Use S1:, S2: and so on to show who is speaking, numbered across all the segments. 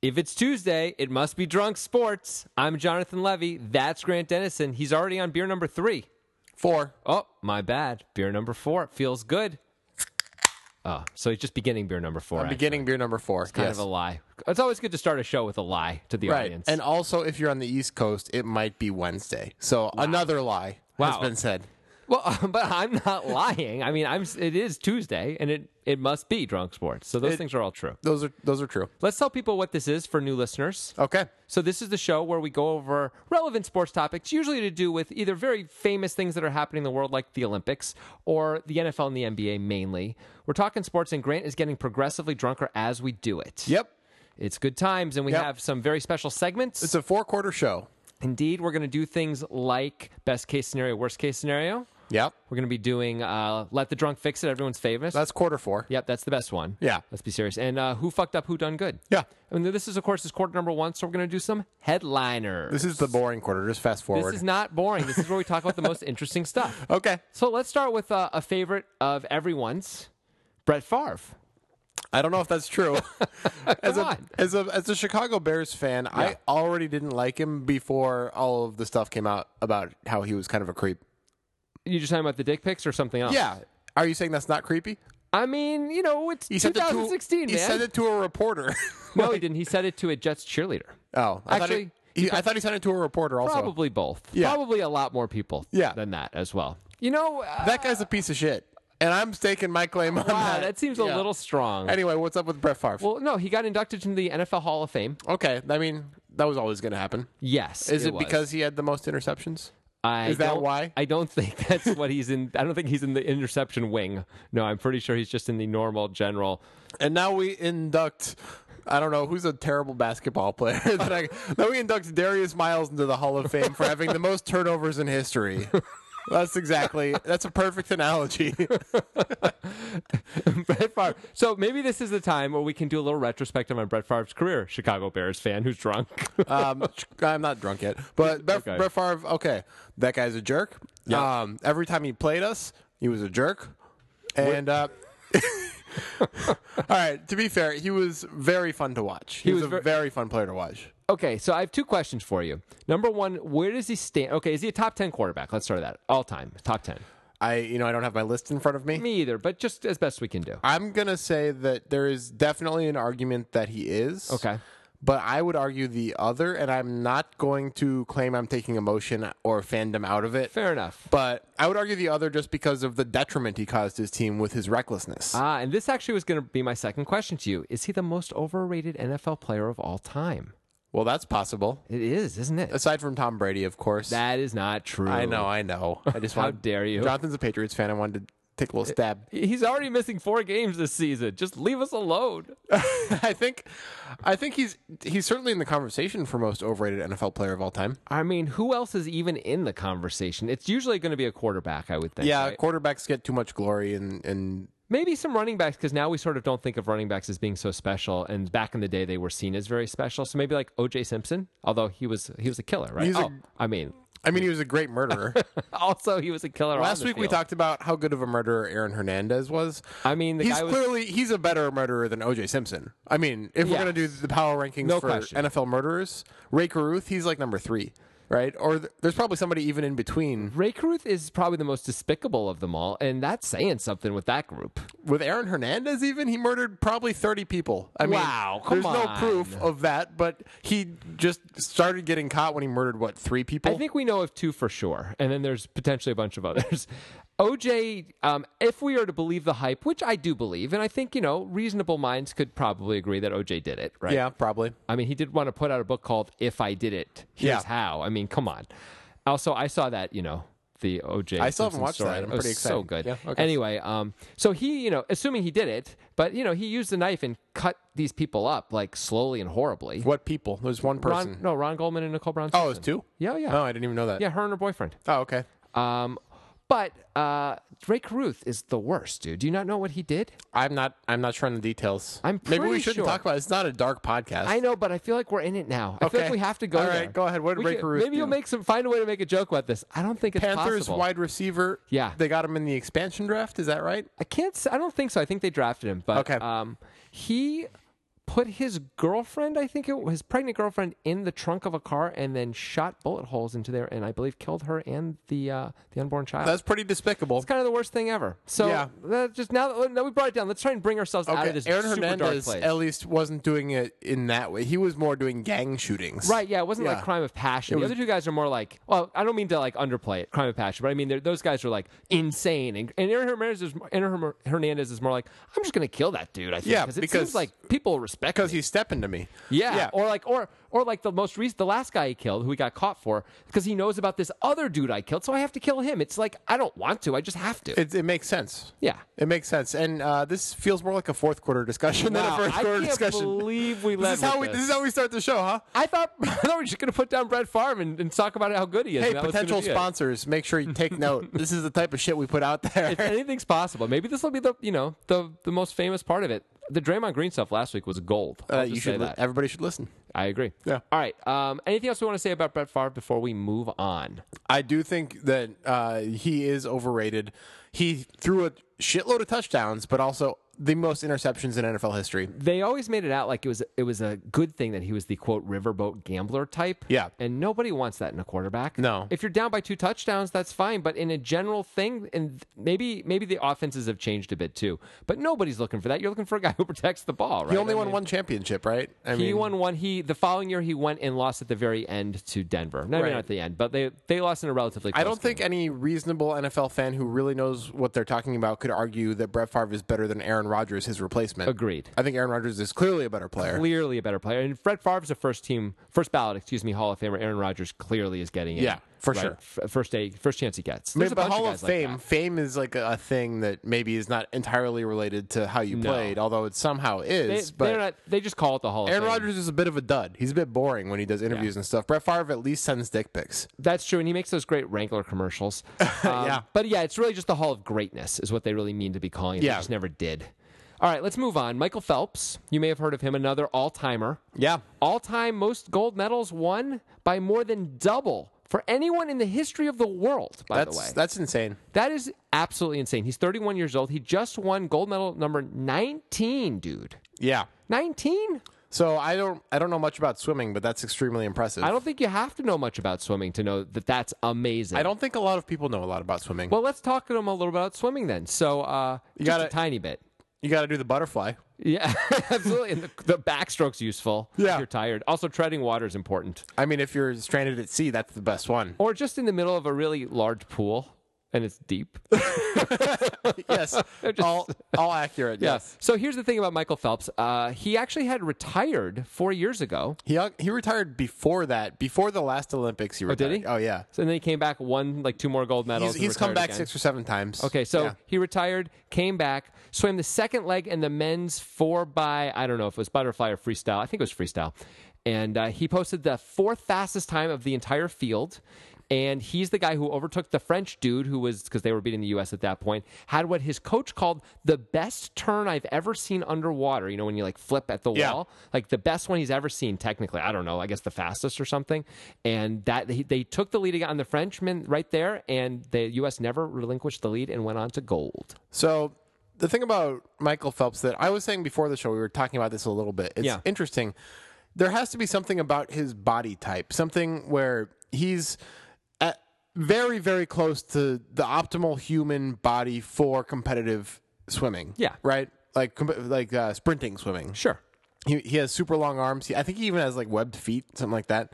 S1: If it's Tuesday, it must be drunk sports. I'm Jonathan Levy. That's Grant Dennison. He's already on beer number three.
S2: Four.
S1: Oh, my bad. Beer number four feels good. Oh, so he's just beginning beer number 4
S2: I'm
S1: actually.
S2: beginning beer number four.
S1: Kind
S2: yes.
S1: of a lie. It's always good to start a show with a lie to the
S2: right.
S1: audience.
S2: And also, if you're on the East Coast, it might be Wednesday. So another lie
S1: Wow.
S2: has been said.
S1: well, but I'm not lying. I mean, I'm. It is Tuesday, and it it must be drunk sports. So those
S2: It-
S1: things are all true.
S2: Those are those are true.
S1: Let's tell people what this is for new listeners.
S2: Okay.
S1: So this is the show where we go over relevant sports topics, usually to do with either very famous things that are happening in the world, like the Olympics, or the NFL and the NBA mainly. We're talking sports, and Grant is getting progressively drunker as we do it.
S2: Yep.
S1: It's good times, and we
S2: Yep.
S1: have some very special segments.
S2: It's a four quarter show.
S1: Indeed, we're going to do things like best case scenario, worst case scenario.
S2: Yep.
S1: We're going to be doing uh, Let the Drunk Fix It, everyone's favorite.
S2: That's quarter four.
S1: Yep, that's the best one.
S2: Yeah.
S1: Let's be serious. And uh, who fucked up, who done good?
S2: Yeah.
S1: And this is, of course, is quarter number one, so we're going to do some headliners.
S2: This is the boring quarter. Just fast
S1: This
S2: forward.
S1: is not boring. This is where we talk about the most interesting stuff.
S2: okay.
S1: So let's start with uh, a favorite of everyone's, Brett Favre.
S2: I don't know if that's true. as, a,
S1: on.
S2: as a as a Chicago Bears fan, I already didn't like him before all of the stuff came out about how he was kind of a creep.
S1: You just talking about the dick pics or something else?
S2: Yeah. Are you saying that's not creepy?
S1: I mean, you know, it's
S2: He said that to-
S1: 2016,
S2: He
S1: man.
S2: said it to a reporter.
S1: no, he didn't. He said it to a Jets cheerleader.
S2: Oh, I thought
S1: Actually,
S2: he, he- I thought he sent it to a reporter. Also,
S1: Probably both.
S2: Yeah.
S1: Probably a lot more people
S2: Yeah.
S1: than that as well. You know, uh,
S2: that guy's a piece of shit, and I'm staking my claim on
S1: wow,
S2: that.
S1: that seems
S2: Yeah.
S1: a little strong.
S2: Anyway, what's up with Brett Favre?
S1: well, no, he got inducted into the NFL Hall of Fame.
S2: okay, I mean that was always going to happen.
S1: Yes.
S2: Is it,
S1: was.
S2: because he had the most interceptions?
S1: I
S2: is that
S1: don't-
S2: why?
S1: I don't think that's what he's in. I don't think he's in the interception wing. No, I'm pretty sure he's just in the normal general.
S2: And now we induct. I don't know who's a terrible basketball player. that I, now we induct Darius Miles into the Hall of Fame for having the most turnovers in history. That's exactly. That's a perfect analogy.
S1: Brett Favre. So maybe this is the time where we can do a little retrospective on Brett Favre's career. Chicago Bears fan who's drunk.
S2: Um, I'm not drunk yet, but Brett,
S1: Okay.
S2: Brett Favre. Okay, that guy's a jerk.
S1: Yeah.
S2: Um, every time he played us, he was a jerk. And uh, all right, to be fair, he was very fun to watch. He, was,
S1: was
S2: a
S1: ver-
S2: very fun player to watch.
S1: okay, so I have two questions for you. Number one, where does he stand? Okay, is he a top ten quarterback? Let's start with that. All time, top ten.
S2: I, you know, I don't have my list in front of me.
S1: Me either, but just as best we can do.
S2: I'm gonna say that there is definitely an argument that he is
S1: Okay.
S2: But I would argue the other, and I'm not going to claim I'm taking emotion or fandom out of it.
S1: Fair enough.
S2: But I would argue the other just because of the detriment he caused his team with his recklessness.
S1: Ah, and this actually was going to be my second question to you. Is he the most overrated NFL player of all time?
S2: well, that's possible.
S1: It is, isn't it?
S2: Aside from Tom Brady, of course.
S1: That is not true.
S2: I know, I know. I just
S1: How
S2: wanted-
S1: dare you.
S2: Jonathan's a Patriots fan. I wanted to take a little stab.
S1: He's already missing four games this season. Just leave us alone.
S2: I think, I think he's he's certainly in the conversation for most overrated NFL player of all time.
S1: I mean, who else is even in the conversation? It's usually going to be a quarterback, I would think.
S2: Yeah,
S1: right?
S2: quarterbacks get too much glory, and and
S1: Maybe some running backs, because now we sort of don't think of running backs as being so special. And back in the day, they were seen as very special. So maybe like O.J. Simpson, although he was he was a killer, right?
S2: He's a-
S1: oh, I mean,
S2: I mean he was a great murderer.
S1: also he was a killer. on
S2: Last
S1: the
S2: week we
S1: field.
S2: talked about how good of a murderer Aaron Hernandez was.
S1: I mean, the
S2: he's
S1: guy was-
S2: clearly he's a better murderer than O.J. Simpson. I mean, if
S1: Yeah.
S2: we're gonna do the power rankings
S1: No
S2: for
S1: question.
S2: NFL murderers, Ray Caruth he's like number three, right? Or th- there's probably somebody even in between
S1: Ray Caruth is probably the most despicable of them all, and that's saying something with that group.
S2: with Aaron Hernandez. Even he murdered probably 30 people. I mean,
S1: Wow, come
S2: there's no
S1: on.
S2: proof of that, but he just started getting caught when he murdered what three people.
S1: I think we know of two for sure, and then there's potentially a bunch of others. OJ, um, if we are to believe the hype, which I do believe, and I think you know reasonable minds could probably agree that OJ did it, right?
S2: yeah, probably.
S1: I mean, he did want to put out a book called "If I Did It." Here's
S2: Yeah.
S1: how. I mean, come on. Also, I saw that you know the OJ.
S2: I still haven't
S1: Simpson
S2: watched
S1: story.
S2: that. I'm
S1: It was
S2: pretty
S1: So
S2: excited.
S1: good.
S2: Yeah, okay.
S1: Anyway, um, so he you know assuming he did it, but you know he used a knife and cut these people up like slowly and horribly.
S2: What people? There's one person.
S1: Ron, no, Ron Goldman and Nicole Brown.
S2: Oh, it was
S1: Simpson.
S2: two.
S1: Yeah, yeah.
S2: Oh, I didn't even know that.
S1: Yeah, her and her boyfriend.
S2: Oh, okay.
S1: Um, but uh, Drake Ruth is the worst, dude. Do you not know what he did?
S2: I'm not. I'm not sure on the details.
S1: I'm
S2: maybe we
S1: pretty
S2: shouldn't
S1: sure.
S2: talk about. it. It's not a dark podcast.
S1: I know, but I feel like we're in it now. I feel like
S2: Okay.
S1: we have to go.
S2: All
S1: there.
S2: right, go ahead. What did
S1: We
S2: Drake
S1: can-
S2: Ruth
S1: Maybe you'll
S2: do?
S1: make some find a way to make a joke about this. I don't think it's
S2: Panthers
S1: possible.
S2: wide receiver.
S1: Yeah.
S2: they got him in the expansion draft. Is that right?
S1: I can't. s- I don't think so. I think they drafted him, but
S2: Okay.
S1: um, he put his girlfriend, I think it was his pregnant girlfriend, in the trunk of a car and then shot bullet holes into there, and I believe killed her and the uh, the unborn child.
S2: That's pretty despicable.
S1: it's kind of the worst thing ever. So
S2: Yeah.
S1: that just now that, now we brought it down, let's try and bring ourselves out of
S2: Okay,
S1: this
S2: Aaron
S1: super dark
S2: Hernandez
S1: place.
S2: at least wasn't doing it in that way. He was more doing gang shootings.
S1: Right, yeah, it wasn't like
S2: Yeah.
S1: crime of passion. the other two guys are more like, well, I don't mean to like underplay it, crime of passion, but I mean they're- those guys are like insane, and, and Aaron Hernandez is Aaron Herm- Hernandez is more like, I'm just gonna kill that dude. I think,
S2: Yeah,
S1: because it
S2: because-
S1: seems like people respect
S2: Because
S1: me.
S2: he's stepping to me.
S1: Yeah.
S2: Yeah.
S1: or like or or like the most recent, the last guy he killed, who he got caught for, because he knows about this other dude I killed, so I have to kill him. It's like I don't want to, I just have to.
S2: It, it makes sense.
S1: Yeah.
S2: It makes sense. And uh, this feels more like a fourth quarter discussion
S1: Wow,
S2: than a first
S1: I
S2: quarter
S1: can't
S2: discussion.
S1: believe we led
S2: this is how
S1: with
S2: we this
S1: this.
S2: is how we start the show, huh?
S1: I thought I thought we were just gonna put down Brett Favre and, and talk about how good he is.
S2: Hey,
S1: and that was gonna
S2: potential
S1: be it.
S2: sponsors, make sure you take note. This is the type of shit we put out there.
S1: If anything's possible. Maybe this will be the you know the the most famous part of it. The Draymond Green stuff last week was gold. I'll
S2: Uh,
S1: just
S2: you
S1: say
S2: should. li-
S1: that.
S2: everybody should listen.
S1: I agree.
S2: Yeah.
S1: All right. Um, anything else we want to say about Brett Favre before we move on?
S2: I do think that uh, he is overrated. He threw a shitload of touchdowns, but also the most interceptions in NFL history.
S1: They always made it out like it was it was a good thing that he was the quote riverboat gambler type.
S2: Yeah.
S1: And nobody wants that in a quarterback.
S2: No.
S1: If you're down by two touchdowns, that's fine. But in a general thing, and maybe maybe the offenses have changed a bit too. But nobody's looking for that. You're looking for a guy who protects the ball, right?
S2: He only
S1: I
S2: won
S1: mean-
S2: one championship, right? I
S1: He
S2: mean,
S1: won one. He the following year he went and lost at the very end to Denver. No,
S2: Right.
S1: not at the end, but they they lost in a relatively. Close
S2: I don't think any reasonable NFL fan who really knows what they're talking about could argue that Brett Favre is better than Aaron Rodgers, his replacement.
S1: Agreed.
S2: I think Aaron Rodgers is clearly a better player.
S1: Clearly a better player, and Fred Favre's a first team, first ballot, excuse me, Hall of Famer. Aaron Rodgers clearly is getting in.
S2: Yeah, for sure.
S1: F- first day, first chance he gets.
S2: Maybe
S1: There's a
S2: the
S1: bunch
S2: Hall
S1: of
S2: of
S1: guys
S2: Fame.
S1: Like that.
S2: fame is like a thing that maybe is not entirely related to how you played, although it somehow is.
S1: They,
S2: but
S1: they're not, they just call it the Hall of
S2: Aaron
S1: Fame.
S2: Rodgers is a bit of a dud. He's a bit boring when he does interviews and stuff. Brett Favre at least sends dick pics.
S1: That's true, and he makes those great Wrangler commercials. Um,
S2: Yeah.
S1: but yeah, it's really just the Hall of Greatness is what they really mean to be calling it. They
S2: Yeah.
S1: just never did. All right, let's move on. Michael Phelps, you may have heard of him, another all timer.
S2: Yeah.
S1: all time most gold medals won by more than double for anyone in the history of the world, by
S2: That's
S1: the way.
S2: that's insane.
S1: that is absolutely insane. He's 31 years old. He just won gold medal number 19, dude.
S2: Yeah.
S1: 19?
S2: So I don't I don't know much about swimming, but that's extremely impressive.
S1: I don't think you have to know much about swimming to know that that's amazing.
S2: I don't think a lot of people know a lot about swimming.
S1: Well, let's talk to him a little about swimming then. So, uh, you got
S2: gotta-
S1: a tiny bit.
S2: you got to do the butterfly.
S1: Yeah, absolutely. And the, the backstroke's useful.
S2: Yeah.
S1: If you're tired. Also, treading water is important.
S2: I mean, if you're stranded at sea, that's the best one.
S1: Or just in the middle of a really large pool and it's deep.
S2: yes, all all accurate. Yes,
S1: So here's the thing about Michael Phelps. Uh, he actually had retired four years ago.
S2: he he retired before that, before the last Olympics. He
S1: did
S2: retired.
S1: he?
S2: Oh yeah,
S1: So then he came back, won like two more gold medals.
S2: he's,
S1: and
S2: he's come
S1: retired
S2: back
S1: again.
S2: six or seven times.
S1: Okay, so
S2: Yeah.
S1: he retired, came back, swam the second leg in the men's four by I don't know if it was butterfly or freestyle. I think it was freestyle, and uh, he posted the fourth fastest time of the entire field. And he's the guy who overtook the French dude who was because they were beating the U.S. at that point. Had what his coach called the best turn I've ever seen underwater. You know when you like flip at the
S2: Yeah.
S1: wall, like the best one he's ever seen technically i don't know i guess the fastest or something and that they, they took the lead on the frenchman right there and the us never relinquished the lead and went on to gold
S2: So the thing about Michael Phelps that I was saying before the show, we were talking about this a little bit. It's
S1: Yeah.
S2: interesting. There has to be something about his body type, something where he's at very, very close to the optimal human body for competitive swimming.
S1: Yeah.
S2: Right? Like, com- like uh, sprinting swimming.
S1: sure
S2: He, he has super long arms. He, I think he even has like webbed feet, something like that.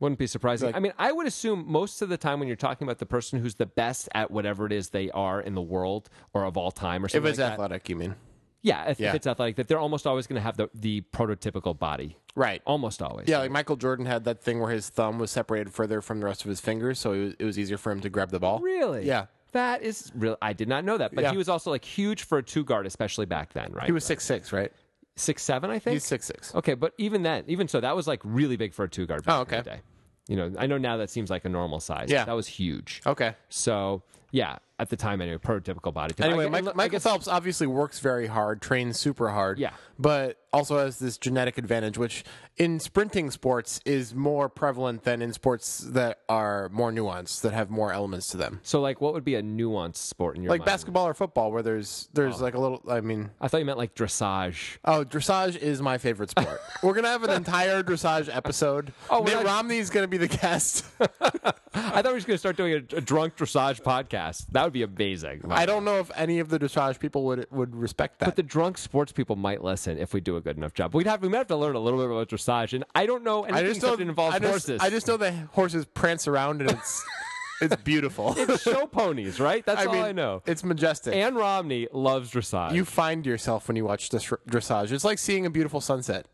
S1: wouldn't be surprising i mean i would assume most of the time when you're talking about the person who's the best at whatever it is they are in the world or of all time or
S2: If
S1: something
S2: it's
S1: like that
S2: athletic, you mean?
S1: yeah if, if
S2: Yeah.
S1: it's athletic that they're almost always going to have the, the prototypical body
S2: Right.
S1: almost always
S2: Yeah, like Michael Jordan had that thing where his thumb was separated further from the rest of his fingers, so it was, it was easier for him to grab the ball.
S1: really
S2: Yeah.
S1: that is real i did not know that but
S2: Yeah.
S1: he was also like huge for a two guard especially back then right
S2: He was six six, right?
S1: six seven i think
S2: He's six six.
S1: Okay, but even then, even so, that was like really big for a two guard. Back
S2: Oh,
S1: in the
S2: okay.
S1: day. You know, I know now that seems like a normal size.
S2: Yeah.
S1: that was huge.
S2: Okay.
S1: So Yeah, at the time, anyway, prototypical body type. I
S2: Anyway,
S1: gu-
S2: Mike,
S1: I
S2: Michael
S1: guess-
S2: Phelps obviously works very hard, trains super hard.
S1: Yeah.
S2: But also has this genetic advantage, which in sprinting sports is more prevalent than in sports that are more nuanced, that have more elements to them.
S1: So, like, what would be a nuanced sport in your
S2: Like
S1: mind?
S2: basketball or football, where there's there's
S1: Oh.
S2: like a little. I mean,
S1: I thought you meant like dressage.
S2: oh, dressage is my favorite sport. We're gonna have an entire dressage episode.
S1: Oh,
S2: Oh,
S1: we're
S2: Mitt
S1: not-
S2: Romney's gonna be the guest.
S1: I thought we were just going to start doing a, a drunk dressage podcast. That would be amazing.
S2: I don't know if any of the dressage people would would respect that.
S1: But the drunk sports people might listen if we do a good enough job. We'd have we might have to learn a little bit about dressage, and I don't know anything
S2: I just know
S1: that involves
S2: I just,
S1: horses.
S2: I just know the horses prance around and it's it's beautiful.
S1: show ponies, right? That's
S2: I
S1: all
S2: mean,
S1: I know.
S2: It's majestic.
S1: Anne Romney loves dressage.
S2: you find yourself when you watch this dressage. It's like seeing a beautiful sunset.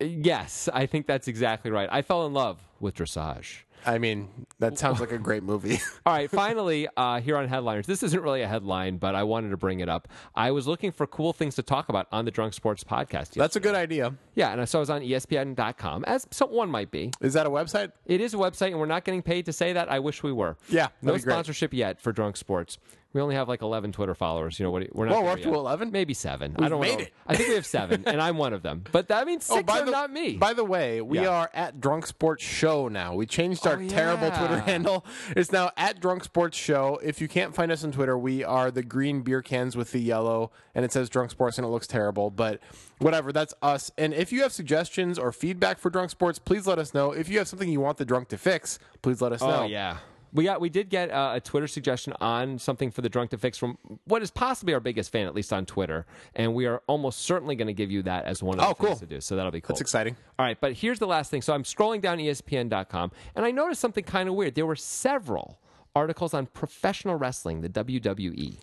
S1: yes, I think that's exactly right. I fell in love with dressage.
S2: I mean, that sounds like a great movie.
S1: All right, finally, uh, here on Headliners, this isn't really a headline, but I wanted to bring it up. I was looking for cool things to talk about on the Drunk Sports podcast.
S2: That's a good idea.
S1: yeah, and I saw I was on E ESPN.com, as someone might be.
S2: Is that a website?
S1: It is a website, and we're not getting paid to say that. I wish we were.
S2: Yeah, that'd
S1: no
S2: be great.
S1: sponsorship yet for Drunk Sports. We only have like eleven Twitter followers. You know what? We're not.
S2: Well, we're
S1: there
S2: up to
S1: yet.
S2: 11?
S1: maybe 7 I don't
S2: made
S1: know.
S2: it.
S1: I think we have seven, and I'm one of them. But that means six are
S2: the,
S1: not me.
S2: Oh, By the way, we
S1: Yeah.
S2: are at Drunk Sports Show now. We changed our
S1: Oh,
S2: terrible
S1: yeah.
S2: Twitter handle. It's now at Drunk Sports Show. If you can't find us on Twitter, we are the green beer cans with the yellow, and it says Drunk Sports, and it looks terrible. But whatever, that's us. And if you have suggestions or feedback for Drunk Sports, please let us know. If you have something you want the drunk to fix, please let us know.
S1: oh yeah. We got we did get uh, a Twitter suggestion on something for the drunk to fix from what is possibly our biggest fan, at least on Twitter, and we are almost certainly going to give you that as one of the
S2: Oh,
S1: things
S2: cool.
S1: to do. So that'll be cool.
S2: That's exciting.
S1: All right, but here's the last thing. So I'm scrolling down E ESPN.com and I noticed something kind of weird. There were several articles on professional wrestling, the WWE,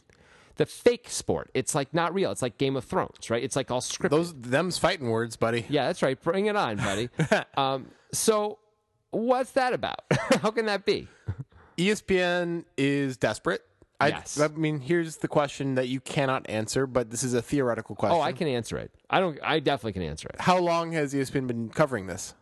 S1: the fake sport. It's like not real. It's like Game of Thrones, right? It's like all scripted.
S2: Those them's fighting words, buddy.
S1: yeah, that's right. Bring it on, buddy. um, so what's that about? How can that be?
S2: E ESPN is desperate. I,
S1: Yes.
S2: I mean, here's the question that you cannot answer, but this is a theoretical question.
S1: Oh, I can answer it. I don't. I definitely can answer it.
S2: How long has
S1: E
S2: ESPN been covering this?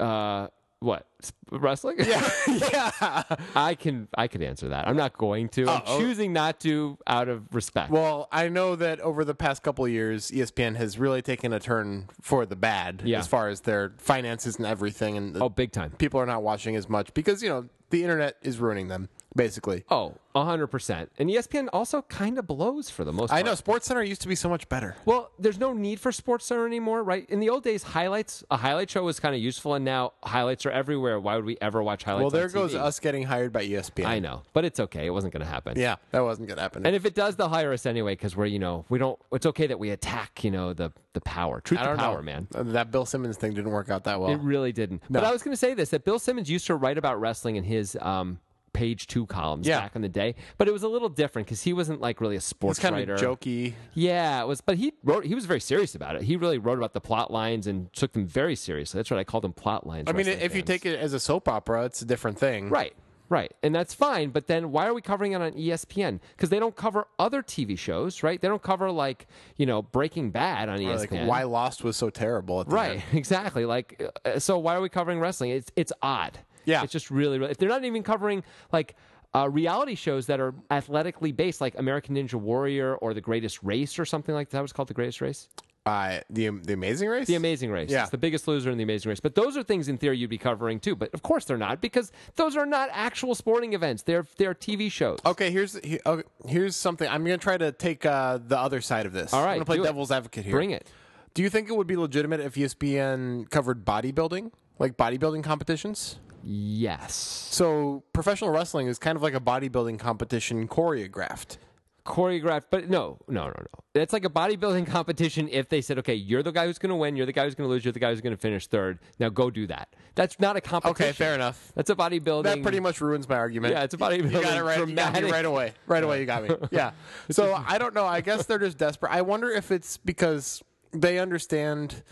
S1: Uh, what S- wrestling? Yeah,
S2: yeah.
S1: I can. I could answer that. I'm not going to. I'm
S2: Uh-oh.
S1: choosing not to out of respect.
S2: Well, I know that over the past couple of years, E ESPN has really taken a turn for the bad
S1: Yeah.
S2: as far as their finances and everything, and the
S1: oh, big time.
S2: people are not watching as much because you know the internet is ruining them basically.
S1: Oh, 100%. And E ESPN also kind of blows for the most part.
S2: I know SportsCenter used to be so much better.
S1: Well, there's no need for SportsCenter anymore, right? In the old days, highlights, a highlight show was kind of useful, and now highlights are everywhere. Why would we ever watch highlights?
S2: Well, there
S1: on
S2: goes
S1: TV?
S2: us getting hired by E ESPN.
S1: I know, but it's okay. It wasn't going to happen.
S2: Yeah, that wasn't gonna happen.
S1: And if it does, they'll hire us anyway because we're, you know, we don't, it's okay that we attack, you know, the, the power. Truth
S2: I
S1: to
S2: don't
S1: power,
S2: know, Uh,
S1: man.
S2: That Bill Simmons thing didn't work out that well.
S1: It really didn't. But I was going to say this that Bill Simmons used to write about wrestling in his um, page two columns
S2: Yeah.
S1: back in the day, but it was a little different because he wasn't like really a sports
S2: it's kind
S1: writer.
S2: of jokey.
S1: Yeah, it was. But he wrote. He was very serious about it. He really wrote about the plot lines and took them very seriously. That's what I called them plot lines.
S2: I mean, if you take it as a soap opera, it's a different thing.
S1: right, right, and that's fine. But then why are we covering it on E ESPN? Because they don't cover other TV shows, right? They don't cover like you know Breaking Bad on E
S2: Like
S1: ESPN.
S2: why Lost was so terrible. At the end.
S1: Right, exactly. Like, uh, so why are we covering wrestling? It's it's odd.
S2: Yeah.
S1: it's just really, really. If they're not even covering like uh, reality shows that are athletically based, like American Ninja Warrior or The Greatest Race or something like that, was called The Greatest Race.
S2: Uh, the the Amazing Race.
S1: The Amazing Race.
S2: Yeah.
S1: It's the biggest loser in The Amazing Race. But those are things in theory you'd be covering too. But of course they're not because those are not actual sporting events. They're they're TV shows.
S2: Okay, here's he- okay, here's something. I'm gonna try to take uh, the other side of this. All
S1: right,
S2: I'm gonna play
S1: do it.
S2: devil's advocate here.
S1: Bring it.
S2: Do you think it would be legitimate if E ESPN covered bodybuilding, like bodybuilding competitions?
S1: Yes.
S2: So professional wrestling is kind of like a bodybuilding competition choreographed.
S1: Choreographed, but no, no, no, no. It's like a bodybuilding competition if they said, okay, you're the guy who's going to win, you're the guy who's going to lose, you're the guy who's going to finish third. Now go do that. That's not a competition.
S2: Okay, fair enough.
S1: That's a bodybuilding.
S2: That pretty much ruins my argument.
S1: Yeah, it's a bodybuilding.
S2: You got it right. You got
S1: Dramatic.
S2: me right away. Right away, you got me. Yeah. So I don't know. I guess they're just desperate. I wonder if it's because they understand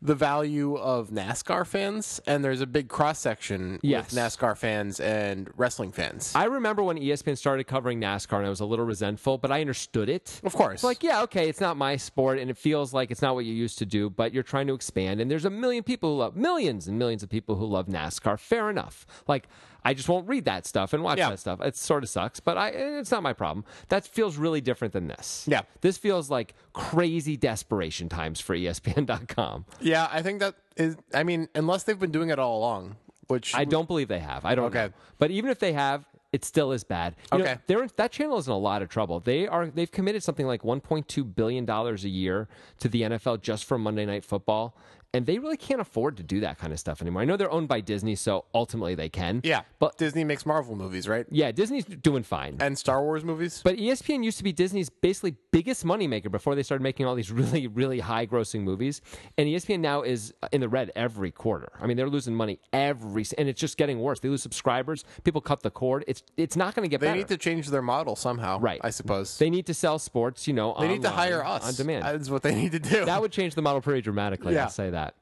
S2: the value of NASCAR fans, and there's a big cross section
S1: Yes.
S2: with NASCAR fans and wrestling fans.
S1: I remember when E ESPN started covering NASCAR and I was a little resentful, but I understood it.
S2: of course,
S1: Like, yeah, okay, it's not my sport and it feels like it's not what you used to do, but you're trying to expand and there's a million people who love millions and millions of people who love NASCAR. Fair enough. Like, I just won't read that stuff and watch
S2: Yeah.
S1: that stuff. It sort of sucks, but I it's not my problem. That feels really different than this.
S2: Yeah.
S1: This feels like crazy desperation times for E ESPN.com.
S2: yeah, I think that is. I mean, unless they've been doing it all along, which
S1: I don't believe they have. I don't
S2: Okay.
S1: know. But even if they have, it still is bad. You know,
S2: Okay.
S1: they're in, that channel is in a lot of trouble. They are they've committed something like 1.2 billion dollars a year to the NFL just for Monday Night Football, and they really can't afford to do that kind of stuff anymore. I know they're owned by Disney, so ultimately they can.
S2: yeah,
S1: But
S2: Disney makes Marvel movies, right?
S1: yeah, Disney's doing fine.
S2: And Star Wars movies.
S1: But E ESPN used to be Disney's basically biggest moneymaker before they started making all these really, really high grossing movies. And E ESPN now is in the red every quarter. I mean, they're losing money every, s- and it's just getting worse. They lose subscribers. People cut the cord. It's it's not going to get
S2: they
S1: better.
S2: need to change their model somehow,
S1: Right.
S2: I suppose
S1: they need to sell sports. You know,
S2: They need to hire us
S1: on demand.
S2: That's what they need to do.
S1: that would change the model pretty dramatically.
S2: Yeah.
S1: I'll say that.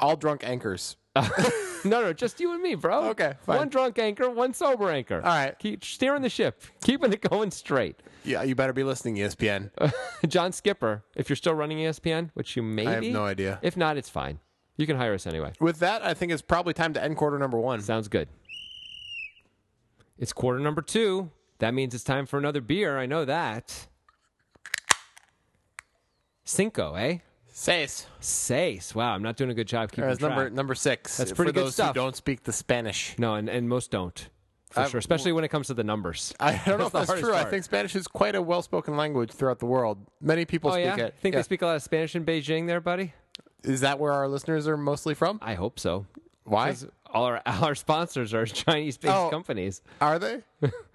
S2: all drunk anchors.
S1: No, no, just you and me, bro.
S2: Okay, fine.
S1: One drunk anchor, one sober anchor.
S2: All right.
S1: Keep steering the ship, keeping it going straight.
S2: Yeah, you better be listening, E ESPN.
S1: John Skipper, if you're still running E ESPN, which you may
S2: I have
S1: be.
S2: no idea.
S1: If not, it's fine. You can hire us anyway.
S2: With that, I think it's probably time to end quarter number one.
S1: Sounds good. It's quarter number two. That means it's time for another beer. I know that. Cinco, eh?
S2: Seis.
S1: Seis. Wow, I'm not doing a good job keeping
S2: That's
S1: track.
S2: Uh, number number six.
S1: That's pretty
S2: for
S1: good
S2: those
S1: stuff.
S2: who don't speak the Spanish.
S1: no, and, and most don't, for
S2: I-
S1: sure. Especially when it comes to the numbers.
S2: I don't know if
S1: the
S2: that's
S1: hardest
S2: true. I
S1: part.
S2: think Spanish is quite a well-spoken language throughout the world. Many people
S1: Oh
S2: speak
S1: yeah,
S2: it.
S1: think
S2: Yeah.
S1: they speak a lot of Spanish in Beijing, there, buddy.
S2: Is that where our listeners are mostly from?
S1: I hope so.
S2: Why
S1: 'Cause All our, all our sponsors are Chinese-based
S2: Oh.
S1: companies.
S2: are they?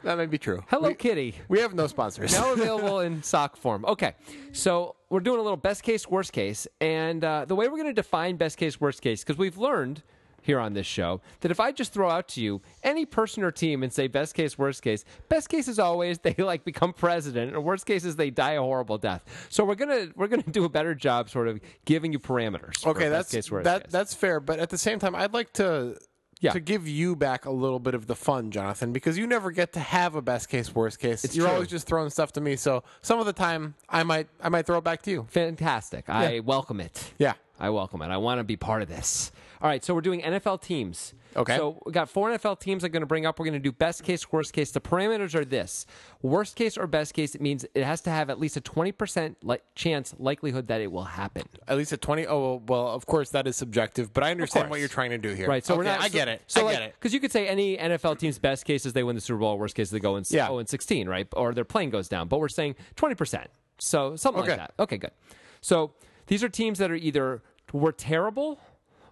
S2: that may be true.
S1: Hello,
S2: We,
S1: Kitty.
S2: we have no sponsors.
S1: now available in sock form. Okay, so we're doing a little best case, worst case, and uh, the way we're going to define best case, worst case, because we've learned here on this show that if I just throw out to you any person or team and say best case, worst case, best case is always they like become president, and worst case is they die a horrible death. So we're gonna we're gonna do a better job, sort of giving you parameters. for
S2: okay,
S1: best
S2: that's
S1: case, worst
S2: that
S1: case.
S2: that's fair. But at the same time, I'd like to
S1: Yeah.
S2: to give you back a little bit of the fun, Jonathan, because you never get to have a best case, worst case. You're
S1: true.
S2: always just throwing stuff to me. So some of the time, I might I might throw it back to you.
S1: Fantastic. I welcome it.
S2: Yeah.
S1: I welcome it. I want to be part of this. All right, so we're doing NFL teams.
S2: Okay.
S1: So we got four NFL teams I'm going to bring up. We're going to do best case, worst case. The parameters are this worst case or best case, it means it has to have at least a 20% li- chance likelihood that it will happen.
S2: At least at twenty. Oh well, of course that is subjective, but I understand what
S1: course.
S2: you're trying to do here.
S1: Right. So we're
S2: Okay,
S1: not.
S2: I get it.
S1: So
S2: I
S1: like,
S2: get it.
S1: Because you could say any NFL team's best case is they win the Super Bowl. Worst case they go in
S2: Yeah.
S1: 0 and 16, right? Or their plane goes down. But we're saying 20 percent. So something
S2: Okay.
S1: like that. Okay, good. So these are teams that are either were terrible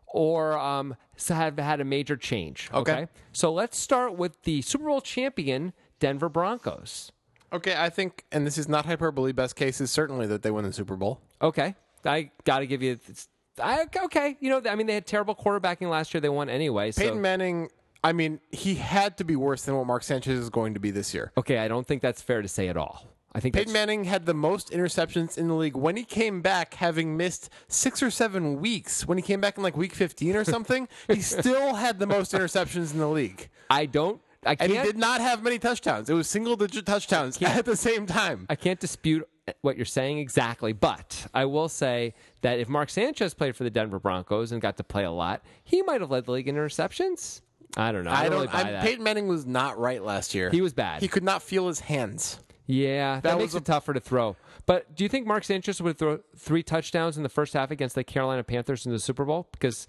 S1: or um, s- have had a major change.
S2: Okay.
S1: So let's start with the Super Bowl champion Denver Broncos.
S2: Okay, I think, and this is not hyperbole. Best case is certainly that they win the Super Bowl.
S1: Okay, I got to give you. It's, I, okay, you know, I mean, they had terrible quarterbacking last year. They won anyway. So.
S2: Peyton Manning. I mean, he had to be worse than what Mark Sanchez is going to be this year.
S1: Okay, I don't think that's fair to say at all. I think that's
S2: Peyton Manning had the most interceptions in the league when he came back, having missed six or seven weeks. When he came back in like week 15 or something, he still had the most interceptions in the league.
S1: I don't. I
S2: And
S1: can't.
S2: he did not have many touchdowns. It was single digit touchdowns at the same time.
S1: I can't dispute what you're saying exactly, but I will say that if Mark Sanchez played for the Denver Broncos and got to play a lot, he might have led the league in interceptions. I don't know. I,
S2: I
S1: don't,
S2: don't.
S1: really buy
S2: I'm-
S1: that.
S2: Peyton Manning was not right last year.
S1: He was bad.
S2: He could not feel his hands.
S1: yeah, that,
S2: That
S1: makes
S2: was a-
S1: it tougher to throw. But do you think Mark Sanchez would throw three touchdowns in the first half against the Carolina Panthers in the Super Bowl? Because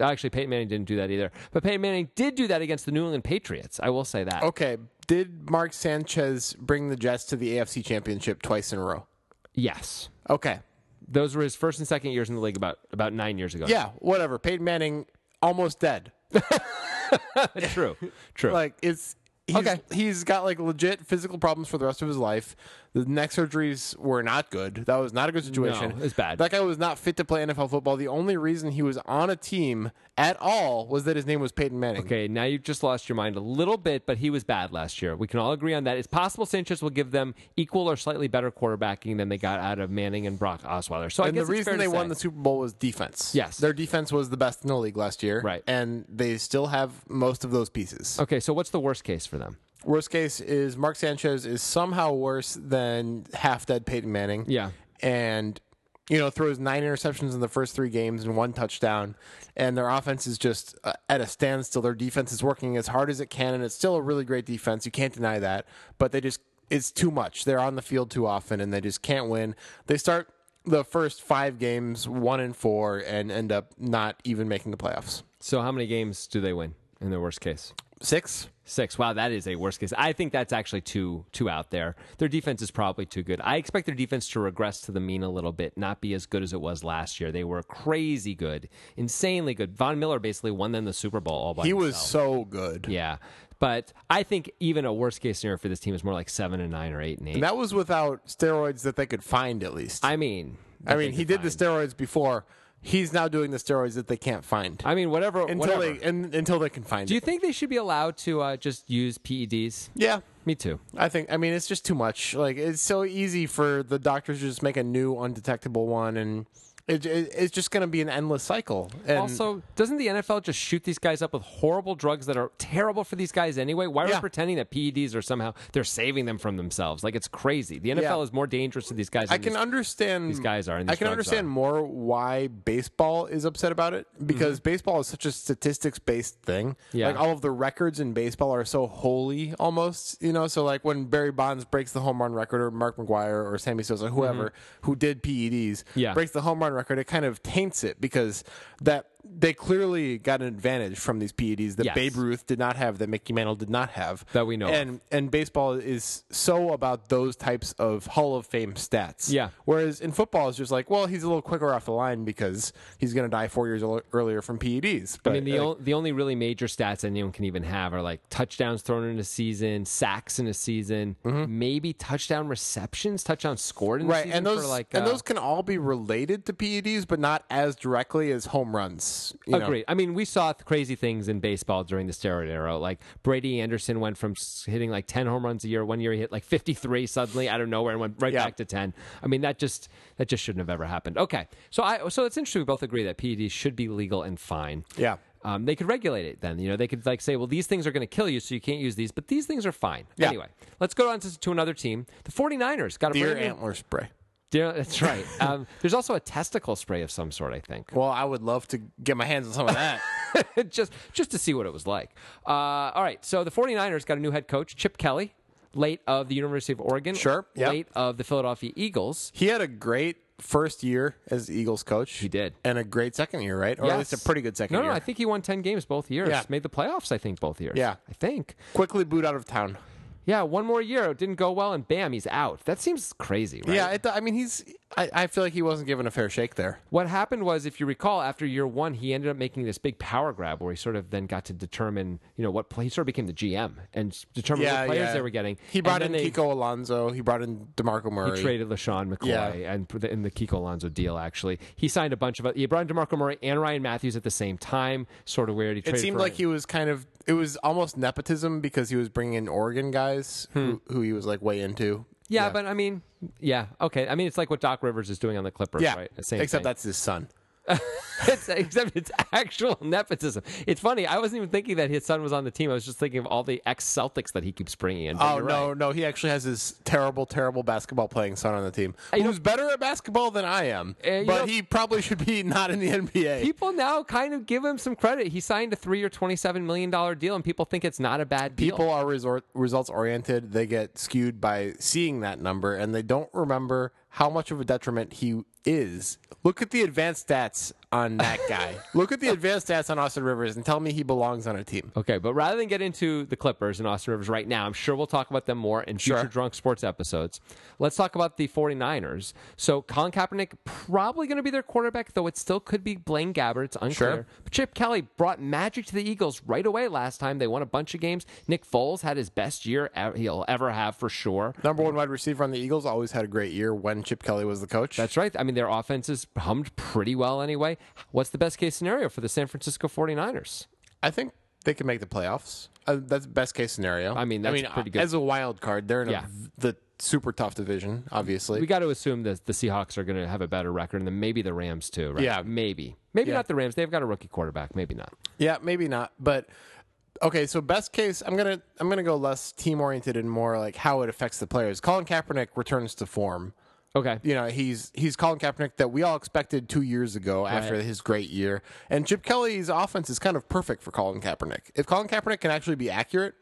S1: actually, Peyton Manning didn't do that either. But Peyton Manning did do that against the New England Patriots. I will say that.
S2: Okay, did Mark Sanchez bring the Jets to the AFC Championship twice in a row?
S1: Yes.
S2: Okay,
S1: Those were his first and second years in the league about, about nine years ago.
S2: yeah, whatever. Peyton Manning almost dead.
S1: true. True.
S2: Like it's he's,
S1: Okay.
S2: He's got like legit physical problems for the rest of his life. The neck surgeries were not good. That was not a good situation.
S1: No, it's bad.
S2: That guy was not fit to play NFL football. The only reason he was on a team at all was that his name was Peyton Manning.
S1: Okay, now you've just lost your mind a little bit, but he was bad last year. We can all agree on that. It's possible Sanchez will give them equal or slightly better quarterbacking than they got out of Manning and Brock Osweiler. So I
S2: And
S1: guess
S2: the
S1: it's fair
S2: reason
S1: to
S2: they
S1: say.
S2: won the Super Bowl was defense.
S1: Yes.
S2: Their defense was the best in the league last year.
S1: Right.
S2: And they still have most of those pieces.
S1: Okay, so what's the worst case for them?
S2: Worst case is Mark Sanchez is somehow worse than half dead Peyton Manning.
S1: Yeah.
S2: And, you know, throws nine interceptions in the first three games and one touchdown. And their offense is just uh, at a standstill. Their defense is working as hard as it can. And it's still a really great defense. You can't deny that. But they just, it's too much. They're on the field too often and they just can't win. They start the first five games one and four and end up not even making the playoffs.
S1: So how many games do they win in their worst case?
S2: Six?
S1: Six. Wow, that is a worst case. I think that's actually too too out there. Their defense is probably too good. I expect their defense to regress to the mean a little bit, not be as good as it was last year. They were crazy good, insanely good. Von Miller basically won them the Super Bowl all by
S2: He
S1: himself.
S2: was so good.
S1: Yeah. But I think even a worst case scenario for this team is more like seven and nine or eight and eight.
S2: And that was without steroids that they could find, at least.
S1: I mean,
S2: I mean, he did the steroids before. He's now doing the steroids that they can't find
S1: I mean, whatever.
S2: until
S1: whatever.
S2: they and, until they can find
S1: Do you
S2: it.
S1: think they should be allowed to uh, just use PEDs?
S2: Yeah,
S1: Me too.
S2: I think. I mean, it's just too much. Like it's so easy for the doctors to just make a new undetectable one, and it, it, it's just going to be an endless cycle. And
S1: also, doesn't the NFL just shoot these guys up with horrible drugs that are terrible for these guys anyway? Why are we
S2: Yeah.
S1: pretending that PEDs are somehow they're saving them from themselves? Like it's crazy. The NFL
S2: Yeah.
S1: is more dangerous to these guys.
S2: I
S1: than
S2: can
S1: these-
S2: understand
S1: these guys are and
S2: I
S1: these
S2: can
S1: drugs
S2: understand
S1: are.
S2: more why baseball is upset about it because baseball is such a statistics based thing.
S1: Mm-hmm. Yeah.
S2: Like all of the records in baseball are so holy almost, you know. So like when Barry Bonds breaks the home run record or Mark McGuire or Sammy Sosa, whoever who did PEDs,
S1: Mm-hmm. Yeah.
S2: breaks the home run record, it kind of taints it because that they clearly got an advantage from these PEDs that
S1: Yes.
S2: Babe Ruth did not have, that Mickey Mantle did not have.
S1: That we know of.
S2: And and baseball is so about those types of Hall of Fame stats.
S1: Yeah.
S2: Whereas in football, it's just like, well, he's a little quicker off the line because he's going to die four years ear- earlier from PEDs. But
S1: I mean, the,
S2: like,
S1: o- the only really major stats anyone can even have are like touchdowns thrown in a season, sacks in a season, maybe touchdown receptions, touchdowns scored in a
S2: Mm-hmm. right,
S1: season.
S2: and those
S1: for like,
S2: and
S1: uh,
S2: those can all be related to PEDs, but not as directly as home runs. You know?
S1: Agreed. I mean, we saw th- crazy things in baseball during the steroid era. Like Brady Anderson went from s- hitting like ten home runs a year. One year he hit like fifty-three suddenly out of nowhere and went right
S2: Yeah.
S1: back to ten. I mean, that just that just shouldn't have ever happened. Okay, so I so it's interesting. We both agree that PEDs should be legal and fine.
S2: Yeah.
S1: Um, they could regulate it then. You know, they could like say, well, these things are going to kill you, so you can't use these, but these things are fine.
S2: Yeah.
S1: Anyway, let's go on to, to another team. The 49ers got a
S2: Deer
S1: brand new-
S2: antler spray.
S1: Deer- that's right. Um, there's also a testicle spray of some sort, I think.
S2: Well, I would love to get my hands on some of that.
S1: just just to see what it was like. Uh, all right, so the 49ers got a new head coach, Chip Kelly, late of the University of Oregon,
S2: Sure, yeah.
S1: late of the Philadelphia Eagles.
S2: he had a great first year as Eagles coach. He
S1: did.
S2: and a great second year, right? Or at least a pretty good second
S1: No,
S2: year.
S1: no, I think he won 10 games both years.
S2: Yeah.
S1: Made the playoffs, I think, both years.
S2: Yeah.
S1: I think.
S2: Quickly booed out of town.
S1: Yeah, one more year. It didn't go well, and bam, he's out. That seems crazy, right?
S2: Yeah, it, I mean, he's. I, I feel like he wasn't given a fair shake there.
S1: What happened was, if you recall, after year one, he ended up making this big power grab where he sort of then got to determine, you know, what play. He sort of became the GM and determined what players they were getting.
S2: He
S1: And
S2: brought
S1: then
S2: in
S1: they-
S2: Kiko Alonso. He brought in Demarco Murray.
S1: traded LaShawn McCoy
S2: Yeah.
S1: and put the- in the Kiko Alonso deal, actually. He signed a bunch of, uh, he brought in DeMarco Murray and Ryan Matthews at the same time. Sort of weird. He
S2: it
S1: traded
S2: seemed
S1: for-
S2: like he was kind of. It was almost nepotism because he was bringing in Oregon guys who, who he was like way into.
S1: Hmm. yeah, but I mean, yeah, okay. I mean, it's like what Doc Rivers is doing on the Clippers,
S2: yeah.
S1: right? The same
S2: except
S1: thing.
S2: that's his son.
S1: it's, except it's actual nepotism. It's funny. I wasn't even thinking that his son was on the team. I was just thinking of all the ex Celtics that he keeps bringing in. But
S2: Oh
S1: you're
S2: no,
S1: right.
S2: no, he actually has his terrible, terrible basketball playing son on the team, who's better at basketball than I am.
S1: Uh, you
S2: but
S1: know-
S2: he probably should be not in the NBA.
S1: People now kind of give him some credit. He signed a three-year, twenty-seven million dollar deal, and people think it's not a bad deal.
S2: people are resort, results oriented they get skewed by seeing that number and they don't remember how much of a detriment he is look at the advanced stats on that guy. Look at the advanced stats on Austin Rivers and tell me he belongs on a team.
S1: Okay, but rather than get into the Clippers and Austin Rivers right now, I'm sure we'll talk about them more in future
S2: Sure.
S1: Drunk Sports episodes. Let's talk about the 49ers. So Colin Kaepernick probably going to be their quarterback, though it still could be Blaine Gabbert. It's unclear.
S2: Sure.
S1: But Chip Kelly brought magic to the Eagles right away last time. They won a bunch of games. Nick Foles had his best year ev- he'll ever have for sure.
S2: Number one wide receiver on the Eagles always had a great year when Chip Kelly was the coach.
S1: That's right. I mean, their offenses hummed pretty well anyway. What's the best case scenario for the San Francisco 49ers?
S2: I think they can make the playoffs. Uh, that's best case scenario.
S1: I mean, that's pretty good.
S2: As a wild card, they're in
S1: Yeah.
S2: a, the super tough division, obviously.
S1: We got to assume that the Seahawks are going to have a better record, and then maybe the Rams too, right?
S2: Yeah.
S1: maybe, maybe
S2: Yeah.
S1: not the Rams. They've got a rookie quarterback. Maybe not.
S2: Yeah, maybe not, but okay. So best case, I'm gonna I'm gonna go less team oriented and more like how it affects the players. Colin Kaepernick returns to form.
S1: Okay,
S2: You know, he's he's Colin Kaepernick that we all expected two years ago after his great year. And Chip Kelly's offense is kind of perfect for Colin Kaepernick. If Colin Kaepernick can actually be accurate,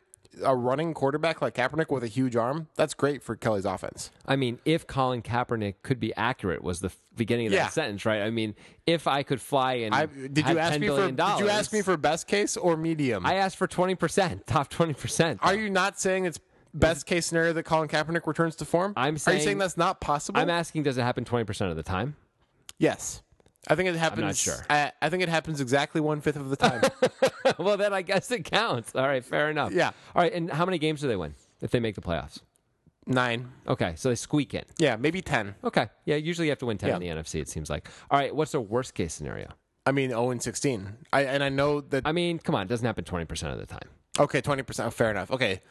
S2: a running quarterback like Kaepernick with a huge arm, that's great for Kelly's offense.
S1: I mean, if Colin Kaepernick could be accurate, was the f- beginning of
S2: Yeah.
S1: that sentence, right? I mean, if I could fly and
S2: I, did
S1: have
S2: you ask
S1: $10
S2: me for
S1: billion
S2: Did you ask me for best case or medium?
S1: I asked for twenty percent, top twenty percent.
S2: Are you not saying it's best case scenario that Colin Kaepernick returns to form?
S1: I'm
S2: Are
S1: saying-
S2: you saying that's not possible?
S1: I'm asking, does it happen twenty percent of the time?
S2: yes. I think it happens.
S1: sure.
S2: I, I think it happens exactly one fifth of the time.
S1: well, then I guess it counts. All right, fair enough.
S2: Yeah.
S1: All right, and how many games do they win if they make the playoffs?
S2: Nine.
S1: Okay, so they squeak in.
S2: Yeah, maybe ten.
S1: Okay, yeah. Usually you have to win ten in the NFC. It seems like. All right, what's their worst case scenario?
S2: I mean, zero and sixteen. I and I know that.
S1: I mean, come on, it doesn't happen 20% of the time.
S2: okay, twenty percent. oh, Fair enough. Okay.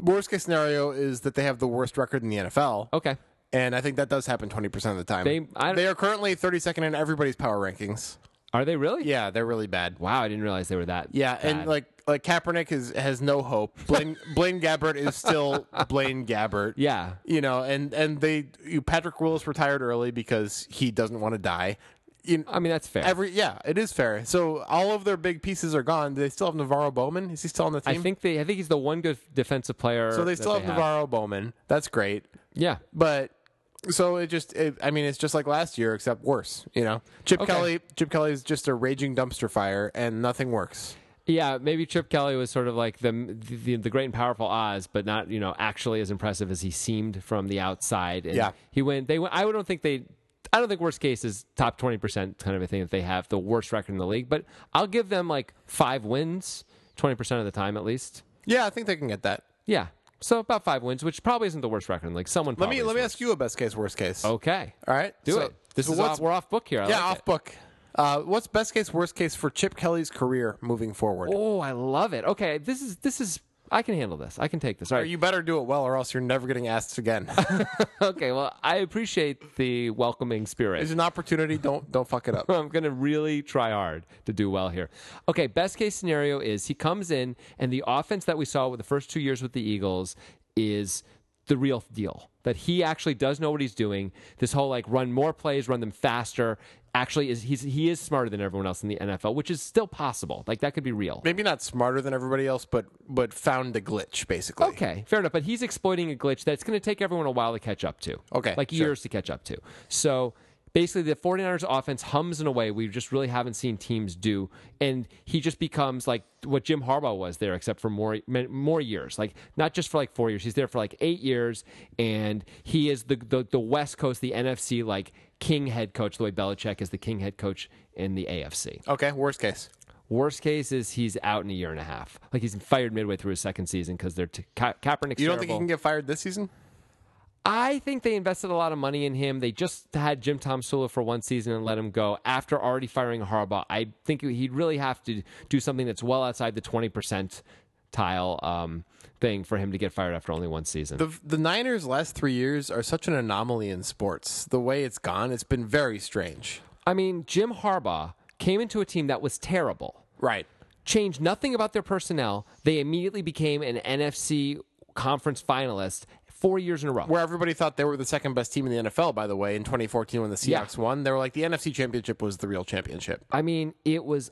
S2: Worst case scenario is that they have the worst record in the NFL.
S1: Okay.
S2: And I think that does happen twenty percent of the time.
S1: Oh. They- I-
S2: they are currently thirty second in everybody's power rankings.
S1: Are they really?
S2: Yeah, they're really bad.
S1: Wow, I didn't realize they were that.
S2: Yeah,
S1: bad.
S2: and like like Kaepernick is has no hope. Blaine Blaine Gabbert is still Blaine Gabbert.
S1: Yeah.
S2: you know, and and they you, Patrick Willis retired early because he doesn't want to die. You,
S1: I mean, that's fair.
S2: every yeah, it is fair. So all of their big pieces are gone. Do they still have Navarro Bowman? Is he still on the
S1: I
S2: team?
S1: think they. I think he's the one good defensive player.
S2: so they still have Navarro Bowman. That's great,
S1: Yeah.
S2: but. So it just, it, I mean, it's just like last year, except worse. You know, Chip
S1: Okay.
S2: Kelly, Chip Kelly is just a raging dumpster fire, and nothing works.
S1: Yeah, maybe Chip Kelly was sort of like the, the the great and powerful Oz, but not you know actually as impressive as he seemed from the outside. And
S2: Yeah.
S1: he went. They went. I don't think they. I don't think worst case is top twenty percent kind of a thing that they have the worst record in the league. But I'll give them like five wins, twenty percent of the time at least.
S2: Yeah, I think they can get that.
S1: Yeah. So about five wins, which probably isn't the worst record. in the league. someone.
S2: Let me let me ask you a best case, worst case.
S1: Okay.
S2: All right,
S1: Oh. Do
S2: So-
S1: it. This
S2: so
S1: is
S2: what's-
S1: off, we're off book here. I
S2: yeah,
S1: like
S2: off
S1: it.
S2: book. Uh, what's best case, worst case for Chip Kelly's career moving forward?
S1: Oh, I love it. Okay, this is this is. I can handle this. I can take this. All
S2: Or
S1: right.
S2: You better do it well, or else you're never getting asked again.
S1: okay. Well, I appreciate the welcoming spirit.
S2: There's an opportunity. Don't don't fuck it up.
S1: I'm going to really try hard to do well here. Okay, best case scenario is he comes in and the offense that we saw with the first two years with the Eagles is the real deal. That he actually does know what he's doing. This whole like run more plays, run them faster. Actually, is he's he is smarter than everyone else in the NFL, which is still possible. Like that could be real.
S2: Maybe not smarter than everybody else, but but found a glitch basically.
S1: Okay, fair enough. But he's exploiting a glitch that's going to take everyone a while to catch up to.
S2: Okay,
S1: Like
S2: sure.
S1: years to catch up to. So basically, the 49ers offense hums in a way we just really haven't seen teams do. And he just becomes like what Jim Harbaugh was there, except for more, more years. Like, not just for like four years, he's there for like eight years. And he is the, the, the West Coast, the NFC, like king head coach, the way Belichick is the king head coach in the AFC.
S2: Okay. Worst case.
S1: Worst case is he's out in a year and a half. Like he's fired midway through his second season because they're t- Ka- Kaepernick's
S2: You don't
S1: terrible.
S2: think he can get fired this season?
S1: I think they invested a lot of money in him. They just had Jim Tom Sula for one season and let him go after already firing Harbaugh. I think he'd really have to do something that's well outside the twenty percent tile um, thing for him to get fired after only one season.
S2: The the Niners last three years are such an anomaly in sports. The way it's gone, it's been very strange.
S1: I mean, Jim Harbaugh came into a team that was terrible.
S2: Right.
S1: changed nothing about their personnel. They immediately became an NFC conference finalist four years in a row.
S2: Where everybody thought they were the second best team in the NFL, by the way, in 2014 when the
S1: Yeah.
S2: Seahawks won, they were like the NFC Championship was the real championship.
S1: I mean, it was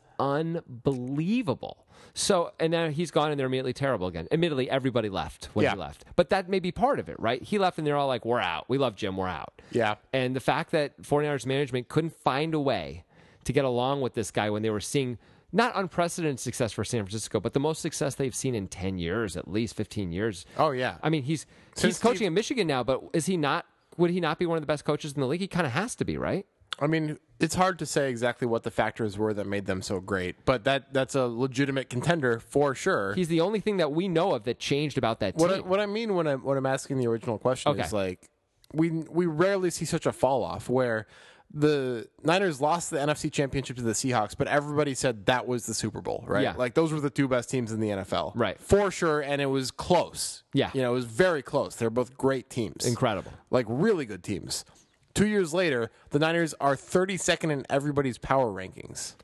S1: unbelievable. So, and now he's gone and they're immediately terrible again. Admittedly, everybody left when
S2: Yeah.
S1: he left. But that may be part of it, right? He left and they're all like, we're out. We love Jim. We're out.
S2: Yeah.
S1: And the fact that 49ers management couldn't find a way to get along with this guy when they were seeing not unprecedented success for San Francisco, but the most success they've seen in 10 years, at least 15 years.
S2: Oh, yeah.
S1: I mean, he's
S2: Since
S1: he's coaching
S2: Steve-
S1: in Michigan now, but is he not would he not be one of the best coaches in the league? He kind of has to be, right?
S2: I mean, it's hard to say exactly what the factors were that made them so great, but that that's a legitimate contender for sure.
S1: He's the only thing that we know of that changed about that team.
S2: what I, what I mean when I'm when I'm asking the original question
S1: Okay.
S2: is like we we rarely see such a fall off where the Niners lost the NFC Championship to the Seahawks, but everybody said that was the Super Bowl, right?
S1: Yeah.
S2: Like those were the two best teams in the NFL,
S1: Right.
S2: For sure, and it was close.
S1: Yeah.
S2: you know, it was very close. They're both great teams,
S1: Incredible.
S2: like really good teams. Two years later, the Niners are 32nd in everybody's power rankings.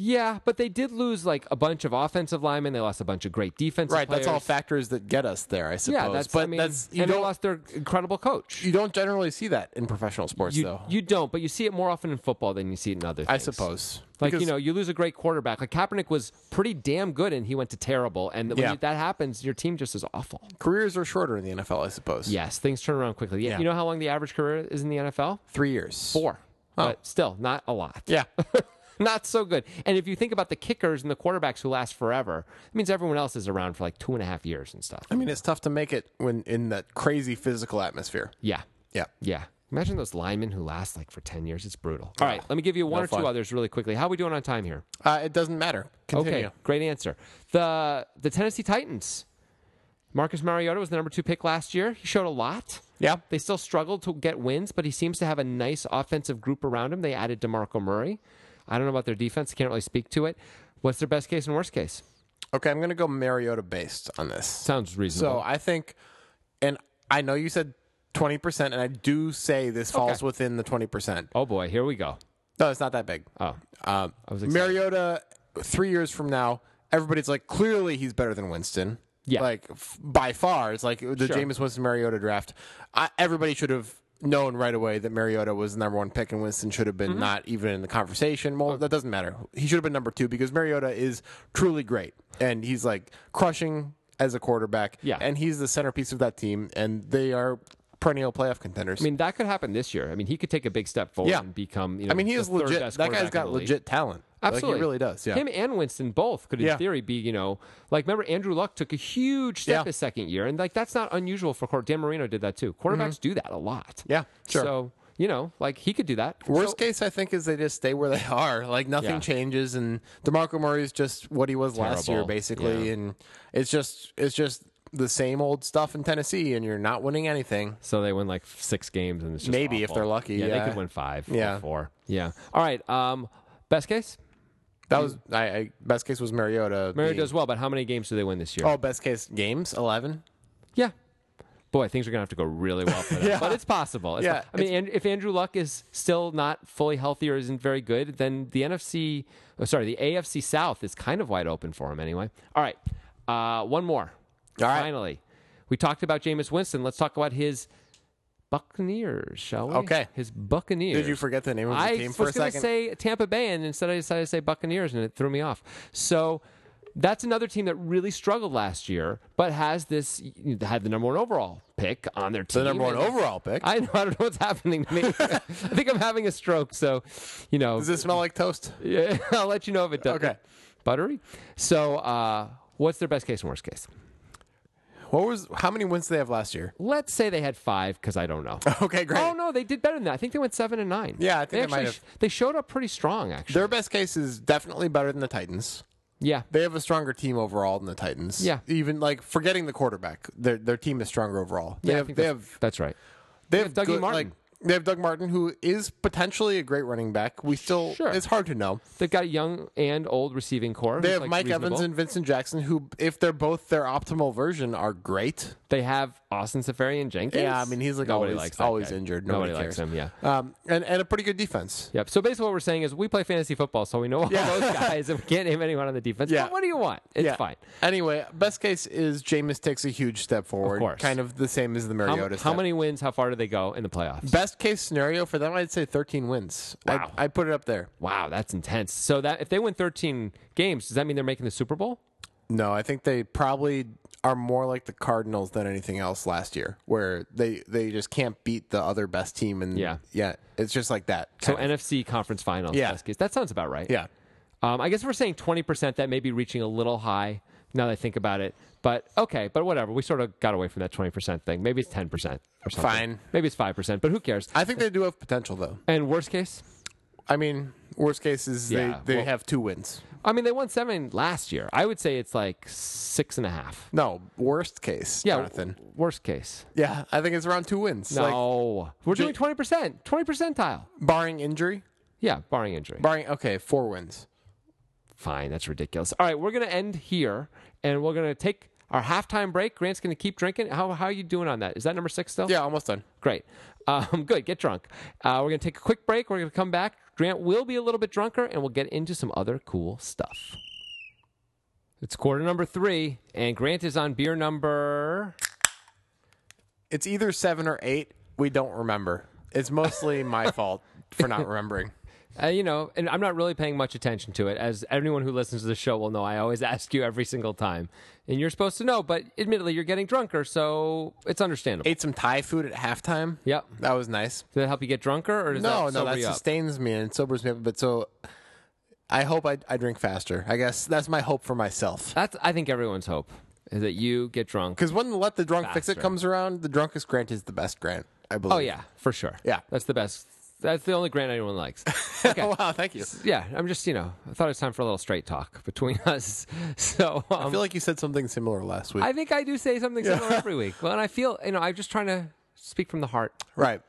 S1: yeah, but they did lose like a bunch of offensive linemen. They lost a bunch of great defensive
S2: Right, that's all
S1: players.
S2: factors that get us there, I suppose.
S1: Yeah, that's
S2: but
S1: I mean,
S2: that's you
S1: and they
S2: don't
S1: lost their incredible coach.
S2: you don't generally see that in professional sports,
S1: You,
S2: though.
S1: you don't, but you see it more often in football than you see it in other things.
S2: I suppose.
S1: Like
S2: Because-
S1: you know, you lose a great quarterback. Like Kaepernick was pretty damn good, and he went to terrible. And when
S2: Yeah.
S1: you- that happens, your team just is awful.
S2: careers are shorter in the NFL, I suppose.
S1: Yes, things turn around quickly. Yeah.
S2: Yeah.
S1: You know how long the average career is in the NFL?
S2: Three years.
S1: Four, but still not a lot.
S2: Yeah.
S1: not so good. And if you think about the kickers and the quarterbacks who last forever, it means everyone else is around for like two and a half years and stuff.
S2: I mean, it's tough to make it when in that crazy physical atmosphere.
S1: yeah,
S2: Yeah.
S1: yeah. Imagine those linemen who last like for ten years. It's brutal. All right, let me give you one or
S2: fun.
S1: two others really quickly. How are we doing on time here?
S2: Uh, it doesn't matter. Continue.
S1: Okay, great answer. The the Tennessee Titans. Marcus Mariota was the number two pick last year. He showed a lot.
S2: Yeah.
S1: They still struggled to get wins, but he seems to have a nice offensive group around him. They added DeMarco Murray. I don't know about their defense. Can't really speak to it. What's their best case and worst case?
S2: Okay, I'm going to go Mariota based on this.
S1: Sounds
S2: So
S1: reasonable.
S2: I think, and I know you said 20%, and I do say this falls
S1: Okay.
S2: within the 20%.
S1: oh boy, here we go.
S2: No, it's not that big.
S1: Oh,
S2: Um,
S1: was excited.
S2: Mariota, three years from now, everybody's like, clearly he's better than Winston.
S1: Yeah.
S2: Like, f- by far. It's like the
S1: Sure.
S2: Jameis Winston Mariota draft. I, everybody should have known right away that Mariota was the number one pick and Winston should have been
S1: Mm-hmm.
S2: not even in the conversation.
S1: Oh.
S2: Well, that doesn't matter. He should have been number two because Mariota is truly great. And he's like crushing as a quarterback.
S1: Yeah.
S2: And he's the centerpiece of that team. And they are perennial playoff contenders.
S1: I mean that could happen this year. I mean he could take a big step forward
S2: Yeah.
S1: and become. You know,
S2: I mean, he
S1: the
S2: is
S1: third
S2: legit.
S1: best
S2: That
S1: quarterback
S2: guy's
S1: in
S2: got
S1: the league.
S2: legit talent. Like,
S1: Absolutely,
S2: he really does. Yeah.
S1: Him and Winston both could, in
S2: Yeah.
S1: theory, be you know, like remember Andrew Luck took a huge step
S2: Yeah.
S1: his second year, and like that's not unusual for quarter. Dan Marino did that too. Quarterbacks do that a lot.
S2: Mm-hmm. Yeah, sure.
S1: So you know, like he could do that.
S2: Worst
S1: So-
S2: case, I think, is they just stay where they are. Like nothing
S1: Yeah.
S2: changes, and Demarco Murray is just what he was last year,
S1: Terrible.
S2: basically.
S1: Yeah.
S2: And it's just it's just the same old stuff in Tennessee, and you're not winning anything.
S1: So they win like six games, and it's just
S2: Maybe, if
S1: awful.
S2: they're lucky,
S1: they
S2: yeah.
S1: could win five.
S2: Yeah.
S1: or four. Yeah. All right. Um, best case,
S2: That was I, I best case was Mariota.
S1: Mary
S2: being-
S1: Mm. does well, but how many games do they win this year?
S2: Oh, best case games eleven.
S1: Yeah. Boy, things are going to have to go really well for them.
S2: Yeah.
S1: But it's possible. It's
S2: Yeah,
S1: po- I mean, and, if Andrew Luck is still not fully healthy or isn't very good, then the NFC, oh, sorry, the AFC South is kind of wide open for him anyway. All right. Uh, one more.
S2: All right.
S1: Finally. We talked about Jameis Winston. Let's talk about his Buccaneers, shall we?
S2: Okay.
S1: His Buccaneers.
S2: Did you forget the name of the
S1: I
S2: team for
S1: was
S2: a
S1: going to
S2: second?
S1: say Tampa Bay, and instead I decided to say Buccaneers, and it threw me off. So that's another team that really struggled last year, but has this had the number one overall pick on their team.
S2: the number one
S1: and-
S2: overall pick.
S1: I know. I don't know what's happening to me. I think I'm having a stroke. So, you know,
S2: Does it smell like toast?
S1: yeah, I'll let you know if it does.
S2: Okay.
S1: Buttery. So, uh, what's their best case and worst case?
S2: What was how many wins did they have last year?
S1: Let's say they had five because I don't know.
S2: Okay, great.
S1: Oh no, they did better than that. I think they went seven and nine.
S2: Yeah, I think
S1: they
S2: they might
S1: actually sh- they showed up pretty strong actually.
S2: Their best case is definitely better than the Titans.
S1: yeah,
S2: They have a stronger team overall than the Titans.
S1: Yeah.
S2: Even like forgetting the quarterback, their their team is stronger overall. They
S1: yeah. I
S2: have
S1: think
S2: they
S1: that's,
S2: have
S1: that's right.
S2: they have
S1: Dougie
S2: good,
S1: Martin.
S2: Like, they have Doug Martin, who is potentially a great running back. We still
S1: Sure.
S2: it's hard to know.
S1: They've got a young and old receiving core.
S2: They
S1: who's,
S2: have
S1: like,
S2: Mike Evans
S1: reasonable.
S2: and Vincent Jackson, who if they're both their optimal version are great.
S1: They have Austin Safarian Jenkins.
S2: Yeah, I mean he's like
S1: Nobody
S2: always
S1: likes that
S2: always
S1: guy.
S2: injured. Nobody,
S1: likes
S2: cares.
S1: him. Yeah.
S2: Um and, and a pretty good defense.
S1: Yep. So basically, what we're saying is we play fantasy football, so we know all
S2: Yeah.
S1: those guys, and we can't name anyone on the defense.
S2: Yeah.
S1: But what do you want? It's
S2: Yeah.
S1: fine.
S2: Anyway, best case is Jameis takes a huge step forward.
S1: course.
S2: Kind of the same as the
S1: How,
S2: Mariota
S1: how
S2: step.
S1: many wins? How far do they go in the playoffs?
S2: Best case scenario for them, I'd say 13 wins.
S1: Wow.
S2: I, I put it up there.
S1: wow, that's intense. So that if they win 13 games, does that mean they're making the Super Bowl?
S2: No, I think they probably are more like the Cardinals than anything else last year, where they they just can't beat the other best team, and
S1: Yeah.
S2: yeah, it's just like that.
S1: So
S2: kind of.
S1: NFC conference finals.
S2: Yeah.
S1: best case. that sounds about right.
S2: yeah,
S1: Um, I guess if we're saying 20%, that may be reaching a little high now that I think about it. But okay, but whatever. We sort of got away from that 20% thing. Maybe it's 10% or something.
S2: Fine.
S1: Maybe it's 5%, but who cares?
S2: I think they do have potential though.
S1: And worst case,
S2: I mean, worst case is
S1: Yeah,
S2: they, they
S1: well-
S2: have two wins.
S1: I mean, they won seven last year. I would say it's like six and a half.
S2: No, worst case,
S1: Yeah,
S2: Jonathan.
S1: w- worst case.
S2: Yeah, I think it's around two wins. Like,
S1: No, we're doing twenty percent, twenty percentile.
S2: barring injury,
S1: Yeah, barring injury.
S2: barring okay, four wins.
S1: Fine, that's ridiculous. All right, we're gonna end here, and we're gonna take our halftime break. Grant's gonna keep drinking. How how are you doing on that? Is that number six still?
S2: Yeah, almost done.
S1: Great. Um, good. Get drunk. Uh, we're going to take a quick break. We're going to come back. Grant will be a little bit drunker, and we'll get into some other cool stuff. It's quarter number three, and Grant is on beer number.
S2: It's either seven or eight. We don't remember. It's mostly my fault for not remembering.
S1: Uh, you know, and I'm not really paying much attention to it. As anyone who listens to the show will know, I always ask you every single time. And you're supposed to know, but admittedly, you're getting drunker, so it's understandable.
S2: Ate some Thai food at halftime.
S1: Yep.
S2: that was nice.
S1: Did that help you get drunker, or does
S2: No,
S1: that
S2: no,
S1: sober
S2: that
S1: you up?
S2: sustains me and sobers me up. But so, I hope I, I drink faster. I guess that's my hope for myself.
S1: That's, I think, everyone's hope is that you get drunk.
S2: Because when let the drunk fix it
S1: Faster.
S2: comes around, the drunkest Grant is the best Grant. I believe.
S1: Oh yeah, for sure.
S2: Yeah.
S1: that's the best. That's the only grant anyone likes. Okay.
S2: wow, thank you.
S1: yeah, I'm just you know I thought it was time for a little straight talk between us. So
S2: I
S1: um,
S2: feel like you said something similar last week.
S1: I think I do say something similar every week. Well, and I feel you know I'm just trying to speak from the heart.
S2: right.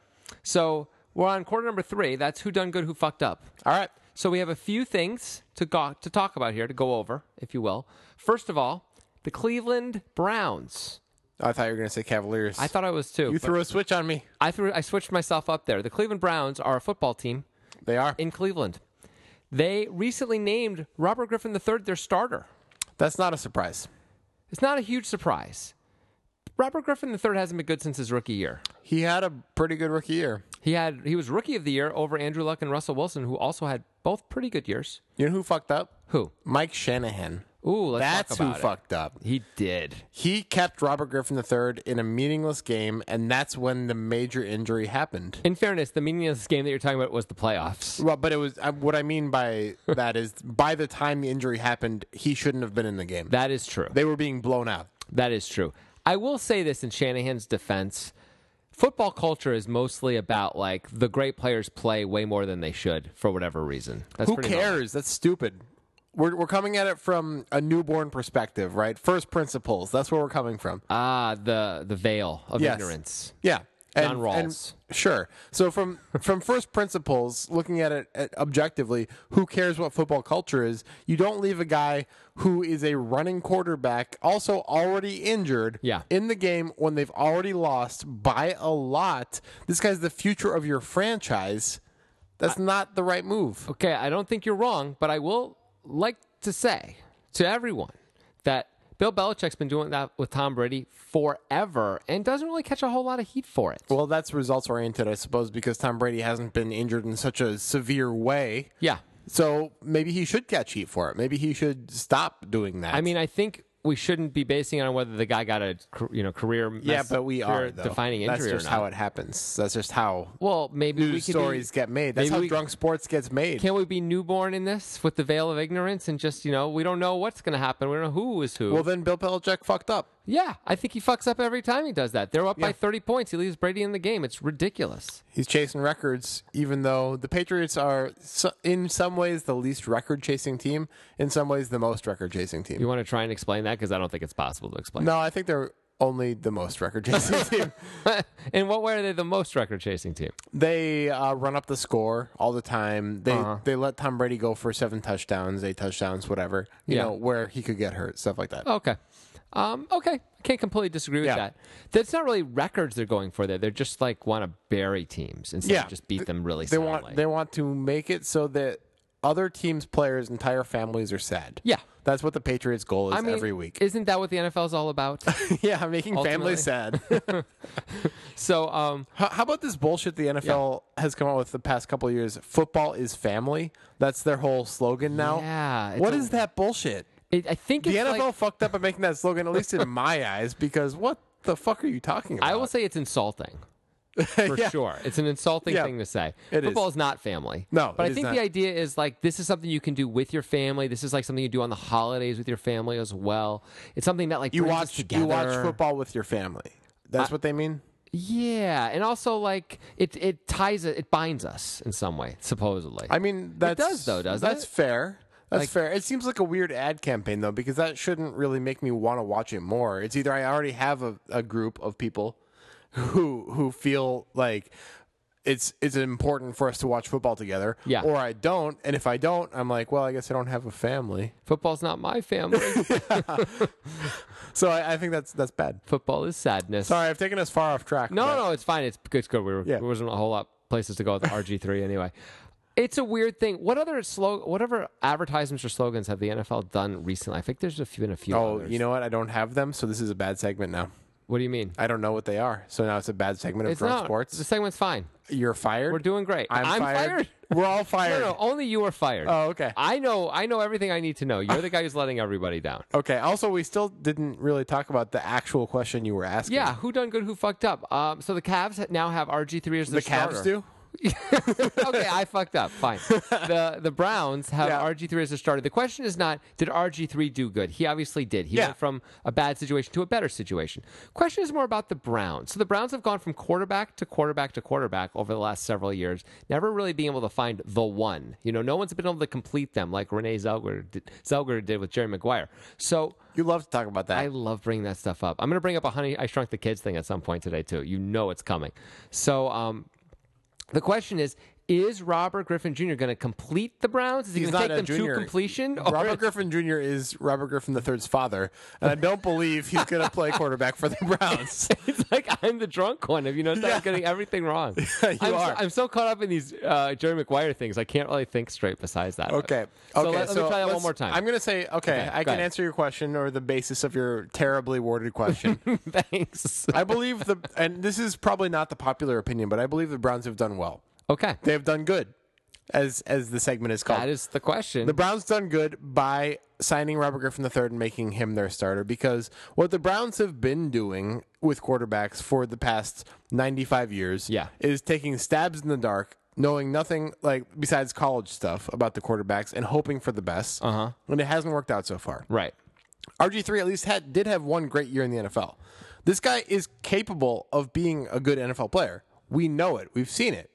S1: So we're on quarter number three. That's who done good, who fucked up.
S2: All right.
S1: So we have a few things to go- to talk about here to go over, if you will. First of all, the Cleveland Browns.
S2: I thought you were going to say Cavaliers.
S1: I thought I was too.
S2: you
S1: but
S2: threw a switch on me.
S1: I threw. I switched myself up there. The Cleveland Browns are a football team.
S2: They are.
S1: in Cleveland. They recently named Robert Griffin III their starter.
S2: That's not a surprise.
S1: It's not a huge surprise. Robert Griffin III hasn't been good since his rookie year.
S2: He had a pretty good rookie year.
S1: He had he was rookie of the year over Andrew Luck and Russell Wilson, who also had both pretty good years.
S2: You know who fucked up?
S1: Who?
S2: Mike Shanahan.
S1: Ooh, let's talk
S2: That's who
S1: about it.
S2: fucked up.
S1: He did.
S2: He kept Robert Griffin III in a meaningless game, and that's when the major injury happened.
S1: In fairness, the meaning of this game that you're talking about was the playoffs.
S2: Well, but it was uh, what I mean by that is by the time the injury happened, he shouldn't have been in the game.
S1: That is true.
S2: they were being blown out.
S1: That is true. I will say this in Shanahan's defense. Football culture is mostly about like the great players play way more than they should for whatever reason. That's
S2: Who
S1: pretty normal.
S2: cares? That's stupid. We're, we're coming at it from a newborn perspective, right? First principles. That's where we're coming from.
S1: Ah, the the veil of
S2: Yes.
S1: ignorance.
S2: Yeah.
S1: John Rawls.
S2: sure. So from from first principles, looking at it at objectively, who cares what football culture is? You don't leave a guy who is a running quarterback, also already injured,
S1: Yeah.
S2: in the game when they've already lost by a lot. This guy's the future of your franchise. That's not the right move.
S1: Okay, I don't think you're wrong, but I will like to say to everyone that Bill Belichick's been doing that with Tom Brady forever and doesn't really catch a whole lot of heat for it.
S2: Well, that's results oriented, I suppose, because Tom Brady hasn't been injured in such a severe way.
S1: Yeah.
S2: So maybe he should catch heat for it. Maybe he should stop doing that.
S1: I mean, I think we shouldn't be basing it on whether the guy got a car- you know career
S2: Yeah,
S1: mess-
S2: but we are
S1: career
S2: though.
S1: defining injury
S2: That's just
S1: or not.
S2: how it happens. That's just how
S1: well, maybe we
S2: news
S1: could be-
S2: stories get made. That's
S1: maybe
S2: how
S1: we-
S2: drunk sports gets made.
S1: Can we be newborn in this with the veil of ignorance and just you know we don't know what's going to happen. We don't know who is who.
S2: well, then Bill Belichick fucked up.
S1: Yeah, I think he fucks up every time he does that. They're up by 30 points. He leaves Brady in the game. It's ridiculous.
S2: He's chasing records, even though the Patriots are, so- in some ways, the least record-chasing team. In some ways, the most record-chasing team.
S1: You want to try and explain that? Because I don't think it's possible to explain.
S2: No, I think they're only the most record-chasing team.
S1: in what way are they the most record chasing team?
S2: They uh, run up the score all the time. They
S1: Uh-huh.
S2: they let Tom Brady go for seven touchdowns, eight touchdowns, whatever. You
S1: Yeah.
S2: know where he could get hurt, stuff like that.
S1: Okay. Um, okay. I can't completely disagree with
S2: Yeah.
S1: that. That's not really records they're going for there. They're just like want to bury teams instead
S2: Yeah.
S1: of just beat them really
S2: they
S1: soundly.
S2: want they want to make it so that other teams' players' entire families are sad.
S1: Yeah.
S2: that's what the Patriots' goal is
S1: I mean,
S2: every week.
S1: Isn't that what the NFL is all about?
S2: yeah, making
S1: Ultimately.
S2: families sad.
S1: so, um,
S2: how, how about this bullshit the NFL has come out with the past couple of years? Football is family. That's their whole slogan now.
S1: Yeah, it's
S2: what
S1: a-
S2: is that bullshit?
S1: It, I think
S2: The
S1: it's
S2: NFL
S1: like-
S2: fucked up by making that slogan, at least in my eyes, because what the fuck are you talking about?
S1: I will say it's insulting. For
S2: Yeah.
S1: sure. It's an insulting
S2: Yeah.
S1: thing to say.
S2: It is.
S1: Football is. not family.
S2: No,
S1: But
S2: it
S1: I
S2: is
S1: think
S2: not.
S1: the idea is like this is something you can do with your family. This is like something you do on the holidays with your family as well. It's something that like
S2: you
S1: brings us
S2: watch
S1: together.
S2: you watch football with your family. That's what they mean.
S1: Yeah, and also like it it ties it, it binds us in some way supposedly.
S2: I mean, that's,
S1: does, though, doesn't
S2: that's
S1: it?
S2: fair. That's
S1: Like-
S2: fair. It seems like a weird ad campaign though, because that shouldn't really make me want to watch it more. It's either I already have a, a group of people who who feel like it's it's important for us to watch football together,
S1: Yeah.
S2: or I don't. And if I don't, I'm like, well, I guess I don't have a family.
S1: Football's not my family.
S2: So I, I think that's that's bad.
S1: Football is sadness.
S2: Sorry, I've taken us far off track.
S1: No,
S2: but-
S1: no, it's fine. It's it's good. We were,
S2: Yeah.
S1: There wasn't a whole lot places to go with RG three anyway. It's a weird thing. What other slog- whatever advertisements or slogans have the NFL done recently? I think there's a few and a few.
S2: Oh,
S1: others.
S2: you know what? I don't have them, so this is a bad segment now.
S1: what do you mean?
S2: I don't know what they are, so now it's a bad segment of
S1: It's
S2: drunk
S1: not
S2: sports.
S1: The segment's fine.
S2: You're fired.
S1: We're doing great.
S2: I'm, fired. We're all
S1: No,
S2: fired.
S1: no, only you are fired.
S2: Oh, okay.
S1: I know. I know everything I need to know. You're the guy who's letting everybody down.
S2: Okay. Also, we still didn't really talk about the actual question you were asking.
S1: Yeah, who done good, who fucked up. Um, so the Cavs now have RG three as
S2: the
S1: their
S2: Cavs
S1: starter.
S2: do.
S1: okay, I fucked up. Fine. The the Browns have
S2: Yeah.
S1: RG3 as a starter. The question is not did RG3 do good? He obviously did. He
S2: Yeah.
S1: went from a bad situation to a better situation. Question is more about the Browns. So the Browns have gone from quarterback to quarterback to quarterback over the last several years, never really being able to find the one. You know, no one's been able to complete them like Renee Zellweger did, Zellweger did with Jerry Maguire. So
S2: You love to talk about that.
S1: I love bringing that stuff up. I'm going to bring up a honey I shrunk the kids thing at some point today too. You know it's coming. So um, the question is: Is Robert Griffin Jr. going to complete the Browns? Is he
S2: He's
S1: going to
S2: not
S1: take them
S2: a junior.
S1: to completion? Or-
S2: Robert Griffin Jr. is Robert Griffin III's father, and I don't believe he's going to play quarterback for the Browns.
S1: it's like I'm the drunk one. Have you noticed that I'm getting everything wrong?
S2: you
S1: I'm,
S2: are.
S1: So, I'm so caught up in these uh, Jerry Maguire things. I can't really think straight. Besides that,
S2: Okay.
S1: So
S2: okay.
S1: let, let me try that one
S2: let's-
S1: more time.
S2: I'm going to say, okay, I
S1: go
S2: can
S1: ahead.
S2: answer your question or the basis of your terribly worded question.
S1: Thanks.
S2: I believe the, and this is probably not the popular opinion, but I believe the Browns have done well.
S1: Okay.
S2: They have done good, as as the segment is called.
S1: That is the question.
S2: The Browns done good by signing Robert Griffin III and making him their starter because what the Browns have been doing with quarterbacks for the past 95 years
S1: Yeah.
S2: is taking stabs in the dark, knowing nothing like besides college stuff about the quarterbacks and hoping for the best. Uh-huh. And it hasn't worked out so far.
S1: right.
S2: RG3 at least had did have one great year in the NFL. This guy is capable of being a good NFL player. We know it. We've seen it.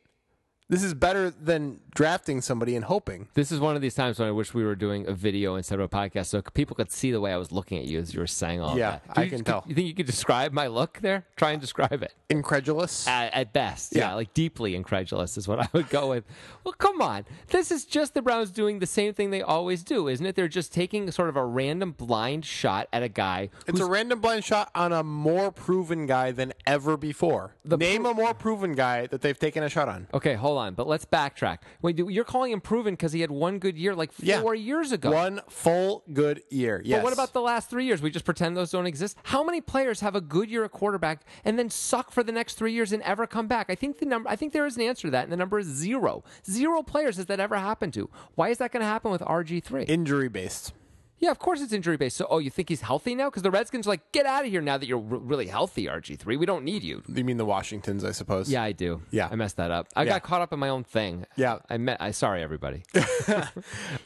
S2: This is better than drafting somebody and hoping.
S1: This is one of these times when I wish we were doing a video instead of a podcast, so people could see the way I was looking at you as you were saying all of
S2: Yeah,
S1: that. Do
S2: I
S1: you-
S2: can
S1: could-
S2: tell.
S1: You think you could describe my look there? Try and describe it
S2: Incredulous.
S1: at, at best. Yeah.
S2: Yeah.
S1: like deeply incredulous is what I would go with. Well, come on, this is just the Browns doing the same thing they always do, isn't it? They're just taking sort of a random blind shot at a guy.
S2: It's a random blind shot on a more proven guy than ever before. Name a more proven guy that they've taken a shot on.
S1: Okay, hold on, but let's backtrack. Wait, do- you're calling him proven because he had one good year like
S2: Yeah.
S1: four years ago.
S2: One full good year. Yes.
S1: But what about the last three years? We just pretend those don't exist. How many players have a good year at quarterback and then suck for the next three years and ever come back? I think the number. I think there is an answer to that, and the number is zero. Zero players has that ever happened to. Why is that going to happen with RG three?
S2: injury based?
S1: Yeah, of course it's injury based. So, oh, you think he's healthy now? Because the Redskins are like, get out of here now that you're re- really healthy, RG three. We don't need you.
S2: You mean the Washingtons, I suppose.
S1: Yeah, I do.
S2: Yeah.
S1: I messed that up. I
S2: Yeah.
S1: got caught up in my own thing.
S2: Yeah.
S1: I met. I sorry, everybody.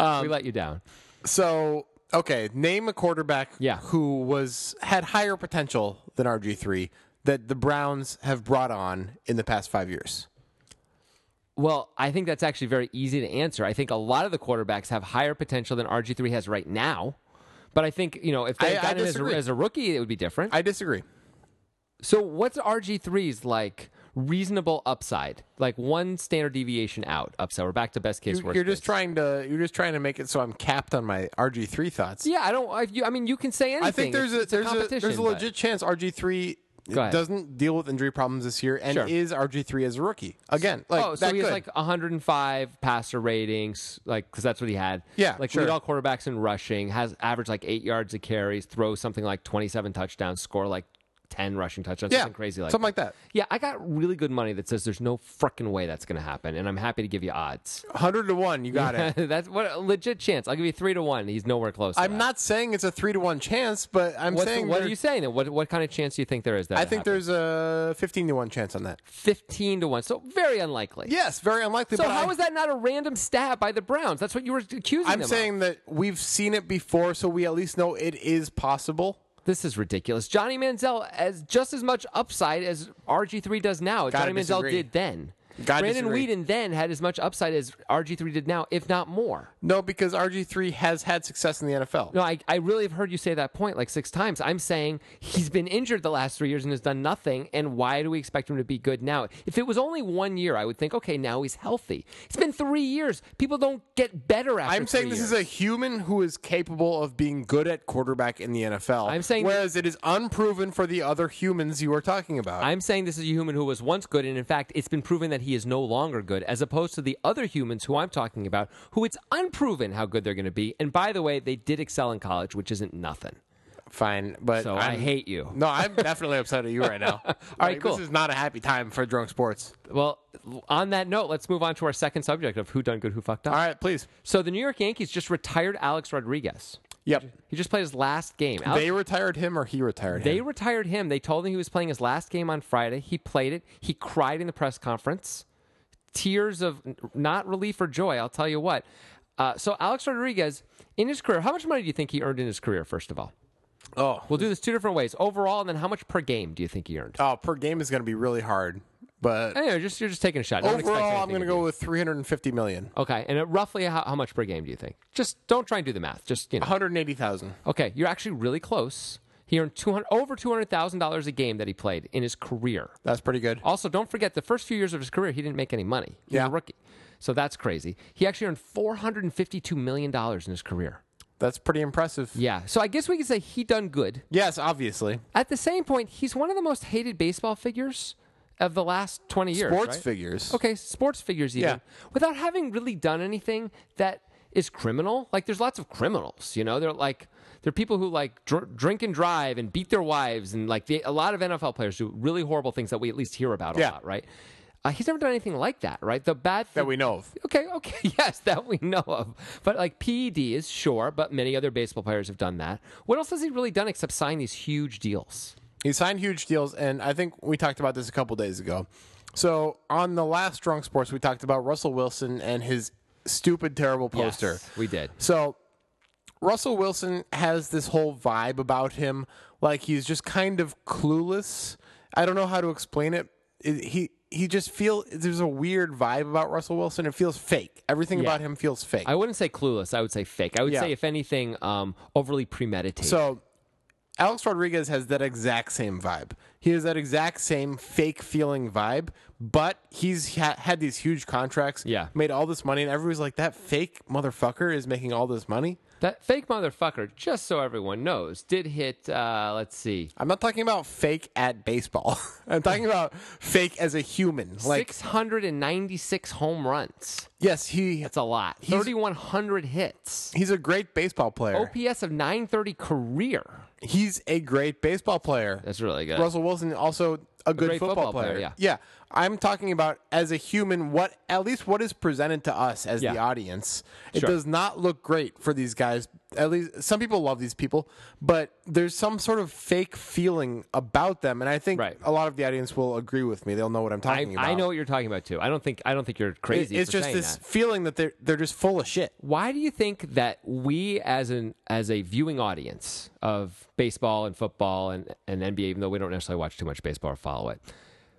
S1: Um, we let you down.
S2: So okay, name a quarterback
S1: Yeah.
S2: who was had higher potential than RG three that the Browns have brought on in the past five years.
S1: Well, I think that's actually very easy to answer. I think a lot of the quarterbacks have higher potential than RG3 has right now. But I think, you know, if they
S2: I-
S1: had
S2: I
S1: gotten him as a,
S2: disagree.
S1: as a rookie, it would be different.
S2: I disagree.
S1: so, what's RG3's like reasonable upside? Like one standard deviation out upside. We're back to best case, worst
S2: You're just
S1: case.
S2: trying to you're just trying to make it so I'm capped on my RG three thoughts.
S1: Yeah, I don't. I, you, I mean, you can say anything.
S2: I think there's
S1: It's-
S2: a
S1: it's
S2: there's a
S1: competition,
S2: there's a
S1: but-
S2: legit chance RG three
S1: Go ahead.
S2: doesn't deal with injury problems this year and
S1: Sure.
S2: is RG three as a rookie again. Like
S1: oh, so
S2: that
S1: he has
S2: good.
S1: like 105 passer ratings, like because that's what he had.
S2: Yeah,
S1: like
S2: sure.
S1: lead all quarterbacks in rushing, has averaged like eight yards of carries, throws something like 27 touchdowns, score like ten rushing touchdowns.
S2: Yeah,
S1: something crazy like
S2: something
S1: that.
S2: like that.
S1: Yeah, I got really good money that says there's no frickin' way that's going to happen, and I'm happy to give you odds.
S2: Hundred to one, you got it.
S1: that's what a legit chance. I'll give you three to one. He's nowhere close. to
S2: I'm
S1: that.
S2: not saying it's a three to one chance, but I'm
S1: What's the-
S2: saying
S1: what
S2: there-
S1: are you saying? then? What what kind of chance do you think there is? That
S2: I
S1: it
S2: think
S1: happens?
S2: there's a fifteen to one chance on that.
S1: fifteen to one, so very unlikely.
S2: Yes, very unlikely.
S1: So
S2: but
S1: how
S2: I,
S1: is that not a random stab by the Browns? That's what you were accusing
S2: I'm
S1: them of.
S2: saying that we've seen it before, so we at least know it is possible.
S1: This is ridiculous. Johnny Manziel has just as much upside as RG3 does now.
S2: Gotta
S1: Johnny Manziel
S2: disagree.
S1: did then.
S2: Gotta
S1: Brandon
S2: disagree.
S1: Whedon then had as much upside as RG3 did now, if not more.
S2: No, because RG3 has had success in the NFL.
S1: No, I, I really have heard you say that point like six times. I'm saying he's been injured the last three years and has done nothing. And why do we expect him to be good now? If it was only one year, I would think, okay, now he's healthy. It's been three years. People don't get better after
S2: I'm saying
S1: three
S2: this
S1: years.
S2: is a human who is capable of being good at quarterback in the NFL.
S1: I'm saying-
S2: whereas it is unproven for the other humans you are talking about.
S1: I'm saying this is a human who was once good, and in fact, it's been proven that he is no longer good, as opposed to the other humans who I'm talking about, who it's unproven how good they're going to be. And by the way, they did excel in college, which isn't nothing.
S2: Fine, but
S1: So I
S2: I'm-
S1: hate you.
S2: No, I'm definitely upset at you right now. All
S1: right, cool.
S2: This is not a happy time for drunk sports.
S1: Well, on that note, let's move on to our second subject of who done good, who fucked up.
S2: All right, please.
S1: So the New York Yankees just retired Alex Rodriguez.
S2: Yep.
S1: He just played his last game. Alex-
S2: They retired him or he retired
S1: Oh. they
S2: him.
S1: retired him. They told him he was playing his last game on Friday. He played it. He cried in the press conference. Tears of n- not relief or joy, I'll tell you what. Uh, so, Alex Rodriguez, in his career, how much money do you think he earned in his career, first of all?
S2: Oh.
S1: We'll do this two different ways overall, and then how much per game do you think he earned?
S2: Oh, per game is going to be really hard. But
S1: Anyway, just, you're just taking a shot. Don't expect
S2: overall, I'm
S1: anything
S2: going to
S1: of
S2: go
S1: you.
S2: with 350 million.
S1: Okay, and at roughly how, how much per game do you think? Just don't try and do the math. Just, you know.
S2: 180,000.
S1: Okay, you're actually really close. He earned 200, over $200,000 a game that he played in his career.
S2: That's pretty good.
S1: Also, don't forget the first few years of his career, he didn't make any money. He was
S2: Yeah.
S1: a rookie. So that's crazy. He actually earned $452 million in his career.
S2: That's pretty impressive.
S1: Yeah. So I guess we could say he done good.
S2: Yes, obviously.
S1: At the same point, he's one of the most hated baseball figures of the last 20 years.
S2: Sports
S1: right?
S2: figures.
S1: Okay, sports figures even.
S2: Yeah.
S1: Without having really done anything that is criminal. Like there's lots of criminals, you know? They're like they're people who like dr- drink and drive and beat their wives and like the, a lot of NFL players do really horrible things that we at least hear about a
S2: Yeah.
S1: lot, right? Uh, he's never done anything like that, right? The bad thing
S2: That we know of.
S1: Okay, okay, yes, that we know of. But like PED is sure, but many other baseball players have done that. What else has he really done except sign these huge deals?
S2: He signed huge deals, and I think we talked about this a couple days ago. So on the last Drunk Sports, we talked about Russell Wilson and his stupid, terrible poster.
S1: Yes, we did.
S2: So Russell Wilson has this whole vibe about him, like he's just kind of clueless. I don't know how to explain it. It- he he just feel there's a weird vibe about Russell Wilson. It feels fake. Everything about him feels fake.
S1: I wouldn't say clueless. I would say fake. I would
S2: Yeah.
S1: say, if anything, um, overly premeditated.
S2: So Alex Rodriguez has that exact same vibe. He has that exact same fake feeling vibe, but he's ha- had these huge contracts,
S1: Yeah.
S2: made all this money, and everybody's like, that fake motherfucker is making all this money.
S1: that fake motherfucker, just so everyone knows, did hit. Uh, let's see,
S2: I'm not talking about fake at baseball. I'm talking about fake as a human. Like,
S1: six hundred and ninety-six home runs.
S2: yes, he
S1: That's a lot. Thirty-one hundred hits.
S2: he's a great baseball player.
S1: OPS of nine thirty career.
S2: He's a great baseball player.
S1: That's really good.
S2: Russell Wilson also a good
S1: great
S2: football,
S1: football player,
S2: player.
S1: yeah.
S2: I'm talking about as a human what at least what is presented to us as the
S1: Yeah.
S2: audience. It
S1: Sure.
S2: does not look great for these guys. At least some people love these people, but there's some sort of fake feeling about them and I think
S1: Right.
S2: a lot of the audience will agree with me. They'll know what I'm
S1: I,
S2: talking about.
S1: I know what you're talking about too. I don't think I don't think you're
S2: It-
S1: crazy.
S2: it's
S1: for
S2: just
S1: saying
S2: this
S1: that.
S2: feeling that they're they're just full of shit.
S1: Why do you think that we, as an as a viewing audience of baseball and football and, and NBA, even though we don't necessarily watch too much baseball or follow it,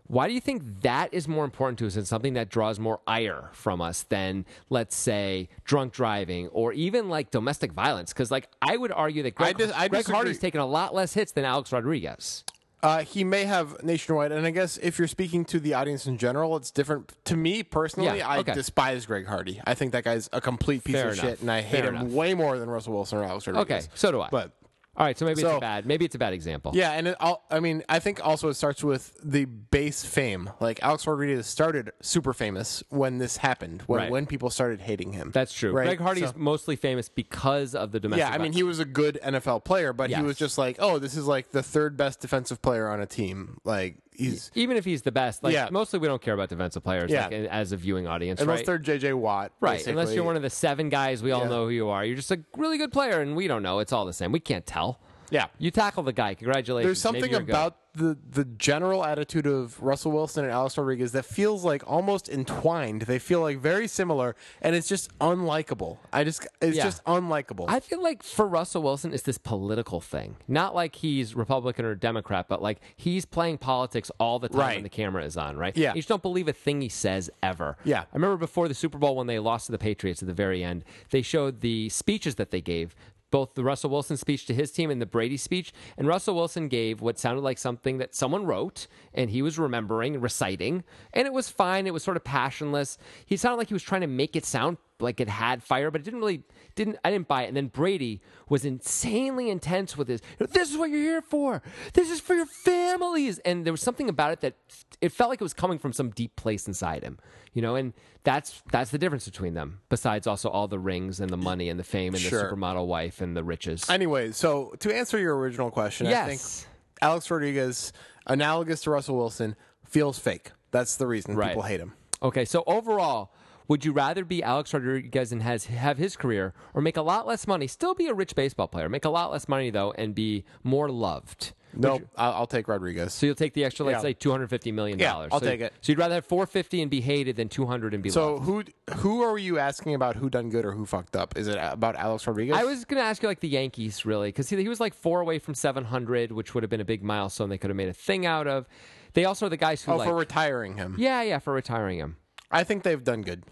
S1: why do you think that is more important to us and something that draws more ire from us than, let's say, drunk driving or even like domestic violence? Because like I would argue that Greg,
S2: I dis- I
S1: Greg
S2: disagree.
S1: Hardy's taken a lot less hits than Alex Rodriguez.
S2: Uh, he may have nationwide, and I guess if you're speaking to the audience in general, it's different. To me personally,
S1: Yeah,
S2: I
S1: okay.
S2: despise Greg Hardy. I think that guy's a complete piece
S1: Fair
S2: of
S1: enough.
S2: shit, and I hate
S1: Fair
S2: him
S1: enough.
S2: way more than Russell Wilson or Alex
S1: Okay,
S2: Rodriguez.
S1: so do I.
S2: but
S1: All right, so maybe it's
S2: So-
S1: a bad. Maybe it's a bad example.
S2: Yeah, and it, al- I mean, I think also it starts with the base fame. Like Alex Rodriguez started super famous when this happened, when
S1: Right.
S2: when people started hating him.
S1: That's true.
S2: Right,
S1: Greg Hardy is
S2: so-
S1: mostly famous because of the domestic.
S2: yeah, I mean,
S1: violence.
S2: he was a good NFL player, but
S1: Yes.
S2: he was just like, oh, this is like the third best defensive player on a team. Like he's
S1: even if he's the best, like
S2: Yeah.
S1: mostly we don't care about defensive players
S2: Yeah.
S1: like, as a viewing audience,
S2: unless
S1: right?
S2: they're JJ Watt,
S1: right, unless
S2: basically.
S1: you're one of the seven guys we all
S2: Yeah.
S1: know who you are. You're just a really good player, and we don't know. It's all the same. We can't tell.
S2: Yeah.
S1: you tackle the guy. Congratulations.
S2: There's
S1: Maybe
S2: something
S1: you're good.
S2: about the the general attitude of Russell Wilson and Alex Rodriguez that feels like almost entwined. They feel like very similar, and it's just unlikable. I just it's
S1: Yeah.
S2: just unlikable.
S1: I feel like for Russell Wilson, it's this political thing. Not like he's Republican or Democrat, but like he's playing politics all the time
S2: Right.
S1: when the camera is on, right?
S2: Yeah.
S1: You just don't believe a thing he says ever.
S2: Yeah.
S1: I remember before the Super Bowl when they lost to the Patriots at the very end, they showed the speeches that they gave. Both the Russell Wilson speech to his team and the Brady speech. And Russell Wilson gave what sounded like something that someone wrote and he was remembering and reciting. And it was fine. It was sort of passionless. He sounded like he was trying to make it sound like it had fire, but it didn't really didn't I didn't buy it. And then Brady was insanely intense with his this is what you're here for. This is for your families. And there was something about it that it felt like it was coming from some deep place inside him. You know, and that's that's the difference between them, besides also all the rings and the money and the fame and
S2: Sure.
S1: the supermodel wife and the riches.
S2: Anyway, so to answer your original question, I
S1: Yes.
S2: think Alex Rodriguez, analogous to Russell Wilson, feels fake. That's the reason
S1: Right.
S2: people hate him.
S1: Okay, so overall, would you rather be Alex Rodriguez and has have his career, or make a lot less money, still be a rich baseball player, make a lot less money though, and be more loved?
S2: No, I'll, I'll take Rodriguez.
S1: So you'll take the extra, let's
S2: Yeah.
S1: say, two hundred fifty million
S2: Yeah,
S1: so,
S2: I'll take it.
S1: So you'd rather have four fifty and be hated than two hundred and be loved.
S2: So who who are you asking about? Who done good or who fucked up? Is it about Alex Rodriguez?
S1: I was going to ask you like the Yankees, really, because he, he was like four away from seven hundred, which would have been a big milestone. They could have made a thing out of. They also are the guys who
S2: oh
S1: like,
S2: for retiring him.
S1: yeah, yeah, for retiring him.
S2: I think they've done good.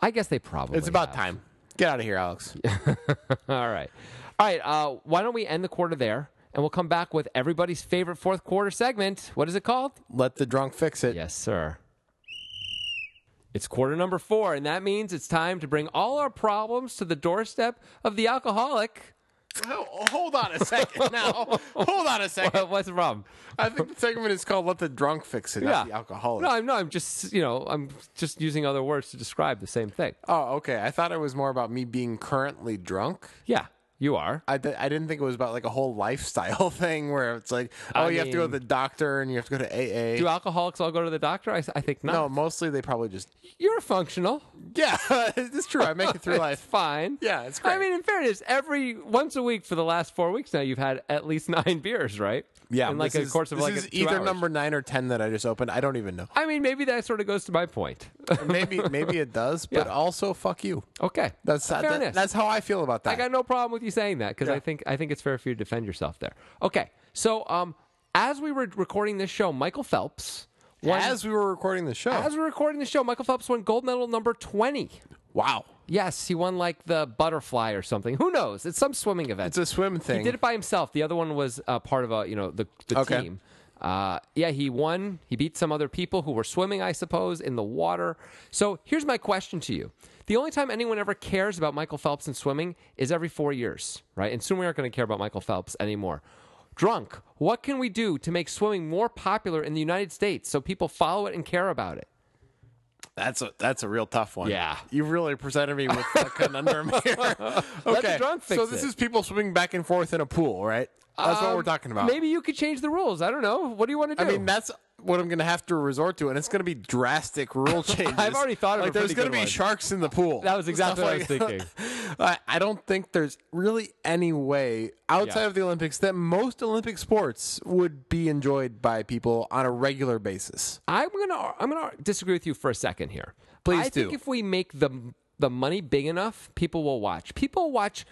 S1: I guess they probably.
S2: It's about
S1: have.
S2: time. Get out of here, Alex.
S1: All right. All right. Uh, why don't we end the quarter there? And we'll come back with everybody's favorite fourth quarter segment. What is it called?
S2: Let the drunk fix it.
S1: Yes, sir. It's quarter number four, and that means it's time to bring all our problems to the doorstep of the alcoholic.
S2: Oh, hold on a second now. hold on a second.
S1: What's the problem?
S2: I think the segment is called "Let the drunk fix it." Not the alcoholic.
S1: No, I'm no, I'm just you know, I'm just using other words to describe the same thing.
S2: Oh, okay. I thought it was more about me being currently drunk.
S1: Yeah, you are.
S2: I, th- I didn't think it was about like a whole lifestyle thing where it's like, oh,
S1: I
S2: you have to go to
S1: mean-
S2: the doctor and you have to go to AA.
S1: Do alcoholics all go to the doctor? I, s- I think not.
S2: no, mostly they probably just.
S1: You're functional.
S2: Yeah, it's true. I make it through
S1: It's
S2: life.
S1: fine.
S2: Yeah, it's
S1: I
S2: great.
S1: mean, in fairness, every once a week for the last four weeks now, you've had at least nine beers, right? in like
S2: this
S1: a
S2: is-
S1: course of
S2: this
S1: like
S2: is
S1: a, two
S2: either
S1: hours.
S2: number nine or ten that I just opened. I don't even know.
S1: I mean, maybe that sort of goes to my point.
S2: Maybe maybe it does, but
S1: Yeah.
S2: also fuck you.
S1: Okay,
S2: That's that,
S1: fairness.
S2: that's how I feel about that.
S1: I got no problem with you saying that because
S2: Yeah.
S1: I think I think it's fair for you to defend yourself there. Okay, so um, as we were recording this show, Michael Phelps. Won,
S2: As we were recording the show,
S1: as we were recording the show, Michael Phelps won gold medal number twenty.
S2: wow,
S1: Yes, he won like the butterfly or something. Who knows? It's some swimming event.
S2: it's a swim thing.
S1: He did it by himself. The other one was uh, part of a you know the the
S2: Okay.
S1: team. Uh, yeah, he won. He beat some other people who were swimming, I suppose, in the water. So here's my question to you: The only time anyone ever cares about Michael Phelps in swimming is every four years, right? And soon we aren't going to care about Michael Phelps anymore. Drunk. What can we do to make swimming more popular in the United States so people follow it and care about it?
S2: That's a that's a real tough one.
S1: Yeah.
S2: you really presented me with a conundrum here. okay,
S1: drunk fix
S2: so this
S1: it.
S2: is people swimming back and forth in a pool, right? That's what
S1: Um,
S2: we're talking about.
S1: Maybe you could change the rules. I don't know. What do you want to
S2: I
S1: do?
S2: mean that's what I'm going to have to resort to, and it's going to be drastic rule changes.
S1: I've already thought of
S2: like
S1: a
S2: there's
S1: pretty
S2: gonna
S1: good
S2: be
S1: one.
S2: sharks in the pool.
S1: That was exactly
S2: Stuff
S1: what I was
S2: like- I, I don't think there's really any way outside
S1: Yeah.
S2: of the Olympics that most Olympic sports would be enjoyed by people on a regular basis.
S1: I'm gonna I'm gonna disagree with you for a second here.
S2: Please
S1: I think
S2: do.
S1: if we make the the money big enough, people will watch. People watch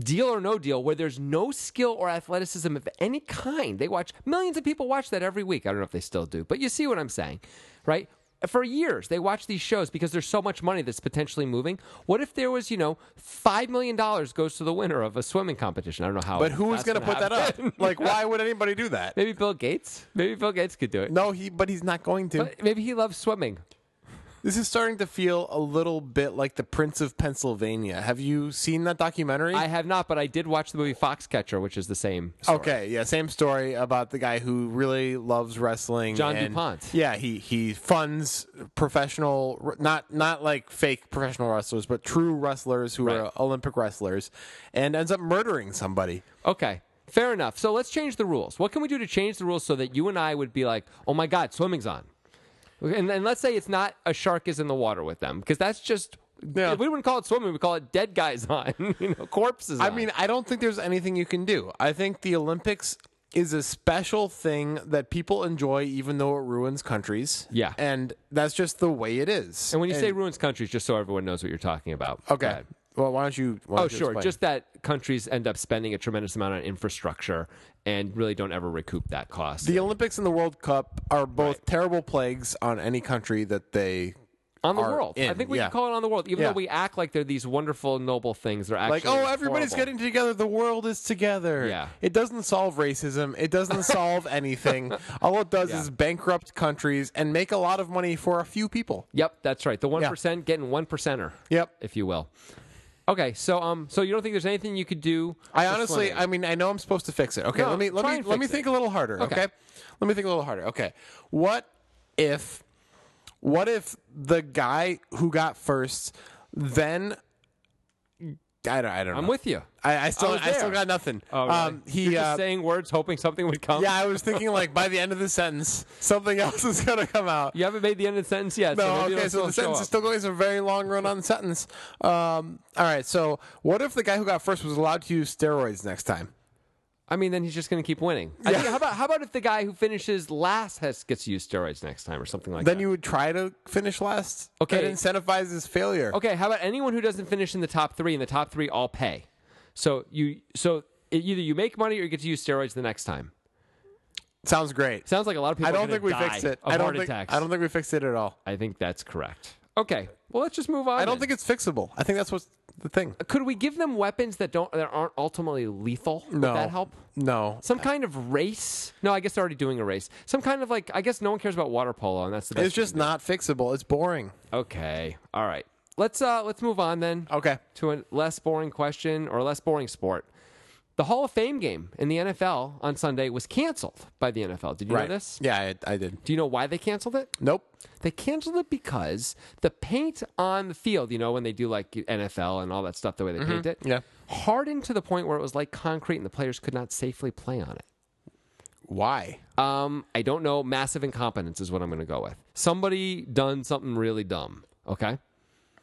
S1: Deal or No Deal, where there's no skill or athleticism of any kind. They watch millions of people watch that every week. I don't know if they still do, but you see what I'm saying, right? For years, they watch these shows because there's so much money that's potentially moving. What if there was, you know, five million dollars goes to the winner of a swimming competition? I don't know how.
S2: But who is
S1: going to
S2: put that up? like, why would anybody do that?
S1: Maybe Bill Gates. Maybe Bill Gates could do it.
S2: No, he. But he's not going to.
S1: Maybe he loves swimming.
S2: This is starting to feel a little bit like the Prince of Pennsylvania. Have you seen that documentary?
S1: I have not, but I did watch the movie Foxcatcher, which is the same. story.
S2: Okay, yeah, same story about the guy who really loves wrestling.
S1: John
S2: and-
S1: DuPont.
S2: Yeah, he he funds professional, not not like fake professional wrestlers, but true wrestlers who
S1: Right.
S2: are Olympic wrestlers, and ends up murdering somebody.
S1: Okay. Fair enough. So let's change the rules. What can we do to change the rules so that you and I would be like, oh my God, swimming's on? And, and let's say it's not a shark is in the water with them because that's just,
S2: Yeah.
S1: we wouldn't call it swimming. We call it dead guys on, you know, corpses
S2: I
S1: on.
S2: mean, I don't think there's anything you can do. I think the Olympics is a special thing that people enjoy, even though it ruins countries.
S1: Yeah.
S2: and that's just the way it is.
S1: and when you say ruins countries, just so everyone knows what you're talking about.
S2: okay,
S1: Right.
S2: well, why don't you? Why
S1: Oh,
S2: don't you
S1: sure.
S2: explain?
S1: Just that countries end up spending a tremendous amount on infrastructure and really don't ever recoup that cost.
S2: The Olympics and the World Cup are both terrible plagues on any country that they
S1: on the
S2: are
S1: world. I
S2: in,
S1: think we
S2: yeah.
S1: can call it on the world. Even
S2: Yeah.
S1: though we act like they're these wonderful, noble things, they're actually
S2: like. Oh, everybody's
S1: horrible.
S2: getting together. The world is together.
S1: Yeah.
S2: It doesn't solve racism. It doesn't solve anything. All it does
S1: Yeah.
S2: is bankrupt countries and make a lot of money for a few people.
S1: Yep, that's right. The one getting one percenter.
S2: Yep.
S1: if you will. Okay, so um, so you don't think there's anything you could do?
S2: I
S1: for
S2: honestly,
S1: swimming?
S2: I mean, I know I'm supposed to fix it. Okay,
S1: No,
S2: let me let
S1: try
S2: me
S1: and
S2: let
S1: fix
S2: me
S1: it.
S2: think a little harder.
S1: Okay.
S2: Okay. let me think a little harder. Okay, what if, what if the guy who got first, then, I don't, I don't.
S1: I'm
S2: know.
S1: with you.
S2: I, I
S1: I
S2: still, I,
S1: was
S2: still
S1: there.
S2: got nothing.
S1: Oh, really?
S2: um, he,
S1: You're just
S2: uh,
S1: saying words, hoping something would come.
S2: yeah, I was thinking like by the end of the sentence, something else is gonna come out.
S1: you haven't made the end of the sentence yet.
S2: No,
S1: so maybe
S2: okay,
S1: it'll
S2: so the
S1: still show
S2: sentence
S1: up.
S2: is still going. It's a very long run on the sentence. Um, all right, so what if the guy who got first was allowed to use steroids next time?
S1: I mean, then he's just going to keep winning. I think- how about how about if the guy who finishes last has gets to use steroids next time or something like
S2: Then
S1: that?
S2: you would try to finish last.
S1: Okay.
S2: That incentivizes failure.
S1: okay, how about anyone who doesn't finish in the top three? In the top three, all pay. So you so it, either you make money or you get to use steroids the next time.
S2: Sounds great.
S1: Sounds like a lot of people.
S2: I
S1: are
S2: don't
S1: gonna
S2: think we
S1: die
S2: fixed it.
S1: Of
S2: I don't
S1: heart
S2: think
S1: attacks.
S2: I don't think we fixed it at all.
S1: I think that's correct. Okay, well let's just move on.
S2: I don't
S1: then.
S2: think it's fixable. I think that's what's the thing.
S1: could we give them weapons that don't that aren't ultimately lethal?
S2: No.
S1: Would that help?
S2: No.
S1: Some kind of race? No, I guess they're already doing a race. Some kind of like I guess no one cares about water polo, and that's the best.
S2: It's just not fixable. It's boring.
S1: okay. All right, let's uh let's move on then
S2: Okay.
S1: to a less boring question or less boring sport. The Hall of Fame game in the NFL on Sunday was canceled by the NFL. Did you
S2: right.
S1: know this?
S2: Yeah, I, I did.
S1: Do you know why they canceled it?
S2: Nope.
S1: They canceled it because the paint on the field, you know, when they do like NFL and all that stuff, the way they paint it,
S2: Mm-hmm. Yeah.
S1: hardened to the point where it was like concrete and the players could not safely play on it.
S2: Why?
S1: Um, I don't know. Massive incompetence is what I'm going to go with. Somebody done something really dumb. Okay.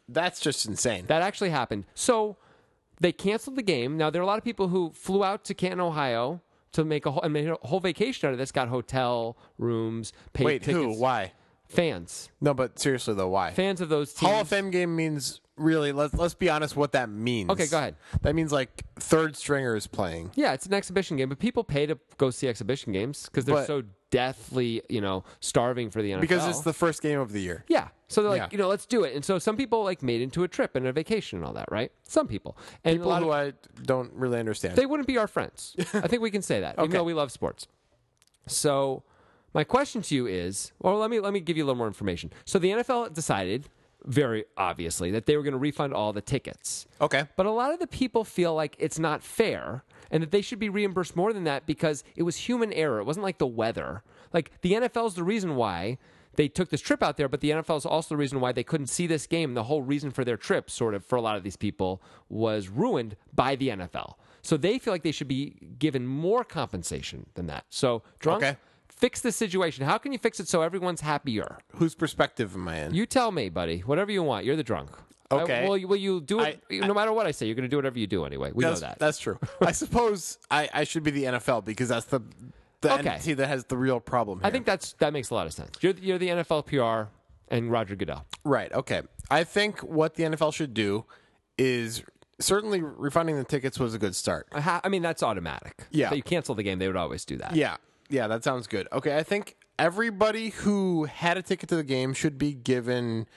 S2: That's just insane.
S1: That actually happened. So they canceled the game. Now there are a lot of people who flew out to Canton, Ohio, to make a whole, and made a whole vacation out of this. Got hotel rooms, paid
S2: Wait,
S1: tickets.
S2: who? Why?
S1: Fans,
S2: No, but seriously though, why?
S1: fans of those teams.
S2: Hall of Fame game means really. Let's let's be honest. What that means?
S1: Okay, go ahead.
S2: That means like third stringers playing.
S1: Yeah, it's an exhibition game, but people pay to go see exhibition games because they're
S2: But-
S1: so deathly, you know, starving for the NFL.
S2: Because it's the first game of the year.
S1: Yeah. So they're like,
S2: Yeah.
S1: you know, let's do it. And so some people like made into a trip and a vacation and all that, right? Some people. And a
S2: People
S1: lot
S2: who
S1: of,
S2: I don't really understand.
S1: they wouldn't be our friends. I think we can say that, even
S2: Okay.
S1: though we love sports. So my question to you is, well, let me let me give you a little more information. So the NFL decided, very obviously, that they were going to refund all the tickets.
S2: okay.
S1: But a lot of the people feel like it's not fair and that they should be reimbursed more than that because it was human error. It wasn't like the weather. Like the NFL's the reason why they took this trip out there, but the NFL's also the reason why they couldn't see this game. The whole reason for their trip, sort of, for a lot of these people, was ruined by the NFL. So they feel like they should be given more compensation than that. So, drunk,
S2: Okay.
S1: fix this situation. How can you fix it so everyone's happier?
S2: Whose perspective am I in?
S1: You tell me, buddy. Whatever you want. You're the drunk. I-
S2: Okay.
S1: will, you- will you do it?
S2: I-
S1: no matter what I say, you're going to do whatever you do anyway. We know
S2: that's,
S1: that.
S2: that's true. I suppose I, I should be the NFL because that's the the
S1: Okay.
S2: entity that has the real problem. Here.
S1: I think that's that makes a lot of sense. You're the- you're the NFL PR and Roger Goodell.
S2: right. Okay. I think what the NFL should do is certainly refunding the tickets was a good start.
S1: I, ha- I mean, that's automatic.
S2: Yeah.
S1: If you cancel the game, they would always do that.
S2: Yeah. Yeah, that sounds good. Okay, I think everybody who had a ticket to the game should be given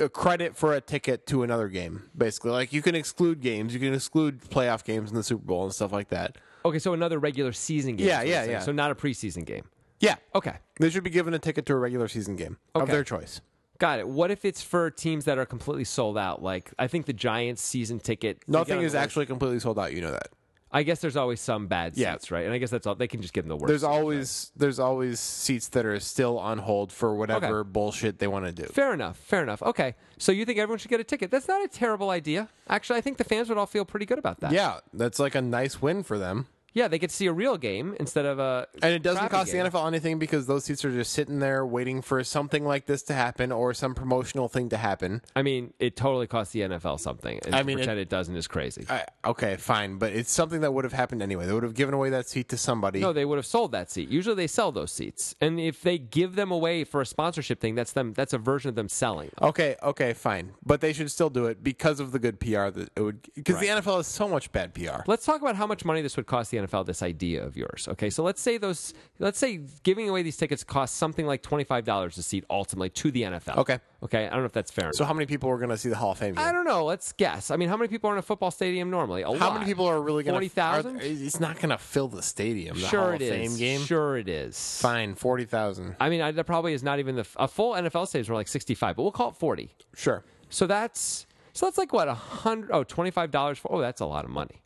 S2: uh, credit for a ticket to another game. Basically, like you can exclude games, you can exclude playoff games in the Super Bowl and stuff like that.
S1: Okay, so another regular season game. is
S2: Yeah,
S1: what you're
S2: yeah,
S1: saying.
S2: yeah.
S1: So not a preseason game.
S2: Yeah.
S1: Okay.
S2: They should be given a ticket to a regular season game of
S1: Okay.
S2: their choice.
S1: Got it. What if it's for teams that are completely sold out? Like I think the Giants season ticket. they get
S2: Nothing
S1: on
S2: is
S1: the list.
S2: actually completely sold out. You know that.
S1: I guess there's always some bad
S2: Yeah.
S1: seats, right? And I guess that's all. They can just give them the worst.
S2: There's
S1: seat.
S2: always there's always seats that are still on hold for whatever bullshit they want to do.
S1: Fair enough. Fair enough. Okay. So you think everyone should get a ticket? That's not a terrible idea. Actually, I think the fans would all feel pretty good about that.
S2: Yeah, that's like a nice win for them.
S1: Yeah, they get to see a real game instead of a.
S2: And it doesn't
S1: crappy
S2: cost
S1: game.
S2: the NFL anything because those seats are just sitting there waiting for something like this to happen or some promotional thing to happen.
S1: I mean, it totally costs the NFL something. And
S2: I
S1: to
S2: mean,
S1: pretend it, doesn't is crazy.
S2: I, okay, fine, but it's something that would have happened anyway. They would have given away that seat to somebody.
S1: no, they would have sold that seat. Usually, they sell those seats, and if they give them away for a sponsorship thing, that's them. That's a version of them selling. them.
S2: Okay, okay, fine, but they should still do it because of the good PR that it would. Because the NFL has so much bad PR.
S1: Let's talk about how much money this would cost the NFL. This idea of yours. Okay, so let's say those. Let's say giving away these tickets costs something like twenty five dollars a seat ultimately to the NFL.
S2: Okay.
S1: Okay. I don't know if that's fair. or
S2: So how many people are going to see the Hall of Fame? game?
S1: I don't know. Let's guess. I mean, how many people are in a football stadium normally? A
S2: How
S1: lot.
S2: many people are really going to
S1: Forty thousand.
S2: It's not going to fill the stadium. The Hall
S1: Sure
S2: of
S1: it is.
S2: Fame game.
S1: Sure it is.
S2: Fine, forty thousand.
S1: I mean, I, that probably is not even the a full NFL stadiums were like sixty five, but we'll call it forty.
S2: Sure.
S1: So that's so that's like what a hundred oh twenty five dollars for oh that's a lot of money,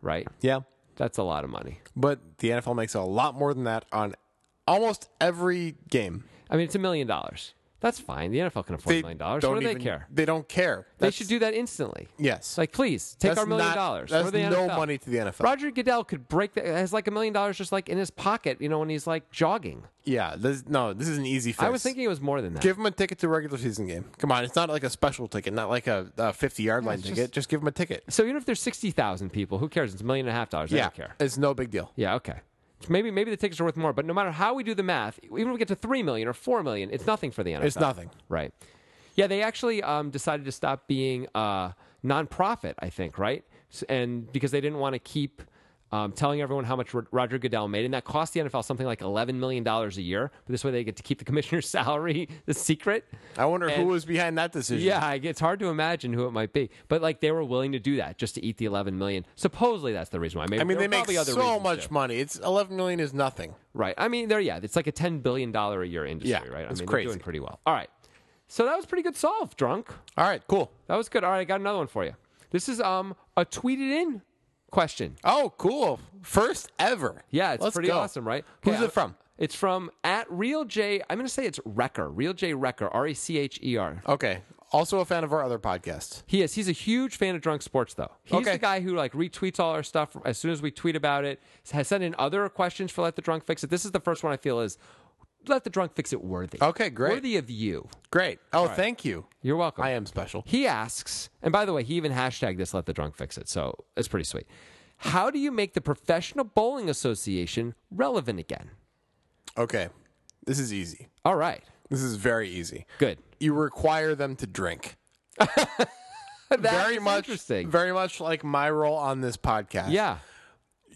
S1: right?
S2: Yeah,
S1: That's a lot of money.
S2: but the NFL makes a lot more than that on almost every game.
S1: I mean, it's a million dollars. That's fine. The NFL can afford a million dollars. What do
S2: even-
S1: they care?
S2: They don't care.
S1: They
S2: That's-
S1: should do that instantly.
S2: Yes.
S1: It's like, please take
S2: That's
S1: our million
S2: not-
S1: dollars.
S2: That's
S1: We're the
S2: no
S1: NFL.
S2: money to the NFL.
S1: Roger Goodell could break that has like a million dollars just like in his pocket, you know, when he's like jogging.
S2: Yeah. This, no, this is an easy fix.
S1: I was thinking it was more than that.
S2: Give him a ticket to a regular season game. Come on, it's not like a special ticket, not like a, a 50 yard line
S1: it's
S2: ticket. Just give him a ticket.
S1: so even if there's sixty thousand people, who cares? It's a million and a half dollars. I
S2: Yeah,
S1: don't care.
S2: it's no big deal.
S1: Yeah, okay. Maybe maybe the tickets are worth more, but no matter how we do the math, even if we get to three million or four million, it's nothing for the NFL.
S2: It's nothing.
S1: right? Yeah, they actually um, decided to stop being uh, nonprofit. I think right, S- and because they didn't want to keep. Um, telling everyone how much Ro- Roger Goodell made, and that cost the NFL something like eleven million dollars a year. But this way, they get to keep the commissioner's salary the secret.
S2: I wonder who
S1: And-
S2: was behind that decision.
S1: Yeah, I- it's hard to imagine who it might be, but like they were willing to do that just to eat the eleven million. Supposedly, that's the reason why. Maybe
S2: I mean,
S1: there
S2: they
S1: were
S2: make
S1: probably other
S2: so
S1: reasons,
S2: much
S1: too.
S2: money. It's 11 million is nothing.
S1: Right. I mean, they're yeah, it's like a ten billion dollar a year industry,
S2: Yeah,
S1: right? I
S2: it's
S1: mean,
S2: crazy.
S1: they're doing pretty well. All right. So that was pretty good solve, drunk.
S2: All right, cool.
S1: That was good. All right, I got another one for you. This is um a tweeted in question.
S2: Oh, cool. First ever.
S1: Yeah, it's
S2: Let's
S1: pretty
S2: go.
S1: awesome, right?
S2: Who's
S1: Okay, uh,
S2: it from?
S1: It's from at real J. I'm going to say it's Wrecker. Real J Wrecker. R e c h e r.
S2: Okay. Also a fan of our other podcast.
S1: He is. He's a huge fan of drunk sports, though. He's
S2: Okay.
S1: the guy who like retweets all our stuff as soon as we tweet about it. Has sent in other questions for let the drunk fix it. This is the first one I feel is let the drunk fix it worthy.
S2: Okay, great.
S1: Worthy of you.
S2: Great. Oh, thank you.
S1: You're welcome.
S2: I am special.
S1: He asks, and by the way, he even hashtagged this let the drunk fix it. So it's pretty sweet. How do you make the Professional Bowling Association relevant again?
S2: Okay. This is easy.
S1: All right.
S2: This is very easy.
S1: Good.
S2: You require them to drink.
S1: That
S2: very
S1: is
S2: much
S1: interesting.
S2: very much like my role on this podcast.
S1: yeah.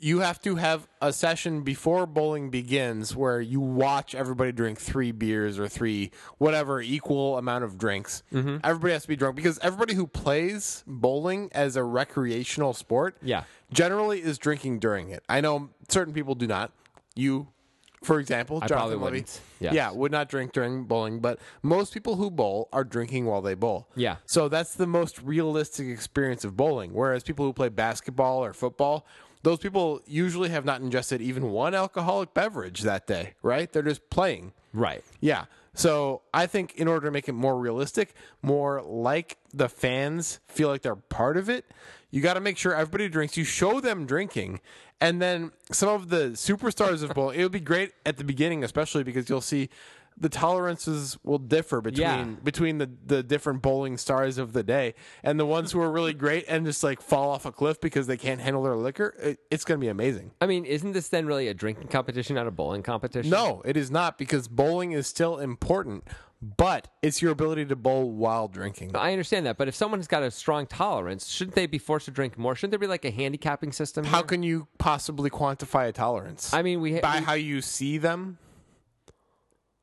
S2: You have to have a session before bowling begins where you watch everybody drink three beers or three whatever equal amount of drinks.
S1: Mm-hmm.
S2: Everybody has to be drunk because everybody who plays bowling as a recreational sport
S1: Yeah.
S2: generally is drinking during it. I know certain people do not. You for example,
S1: probably
S2: Jonathan Levy,
S1: wouldn't. Yes.
S2: yeah, would not drink during bowling, but most people who bowl are drinking while they bowl.
S1: Yeah.
S2: So that's the most realistic experience of bowling. Whereas people who play basketball or football, those people usually have not ingested even one alcoholic beverage that day, right? They're just playing.
S1: Right.
S2: Yeah. So I think in order to make it more realistic, more like the fans feel like they're part of it, you got to make sure everybody drinks. You show them drinking. And then some of the superstars of bowling, it'll be great at the beginning, especially because you'll see the tolerances will differ between
S1: Yeah.
S2: between the, the different bowling stars of the day and the ones who are really great and just like fall off a cliff because they can't handle their liquor. It, it's going to be amazing.
S1: I mean, isn't this then really a drinking competition, not a bowling competition?
S2: No, it is not because bowling is still important, but it's your ability to bowl while drinking.
S1: I understand that, but if someone's got a strong tolerance, shouldn't they be forced to drink more? Shouldn't there be like a handicapping system?
S2: How
S1: here?
S2: can you possibly quantify a tolerance?
S1: I mean, we,
S2: By how you see them?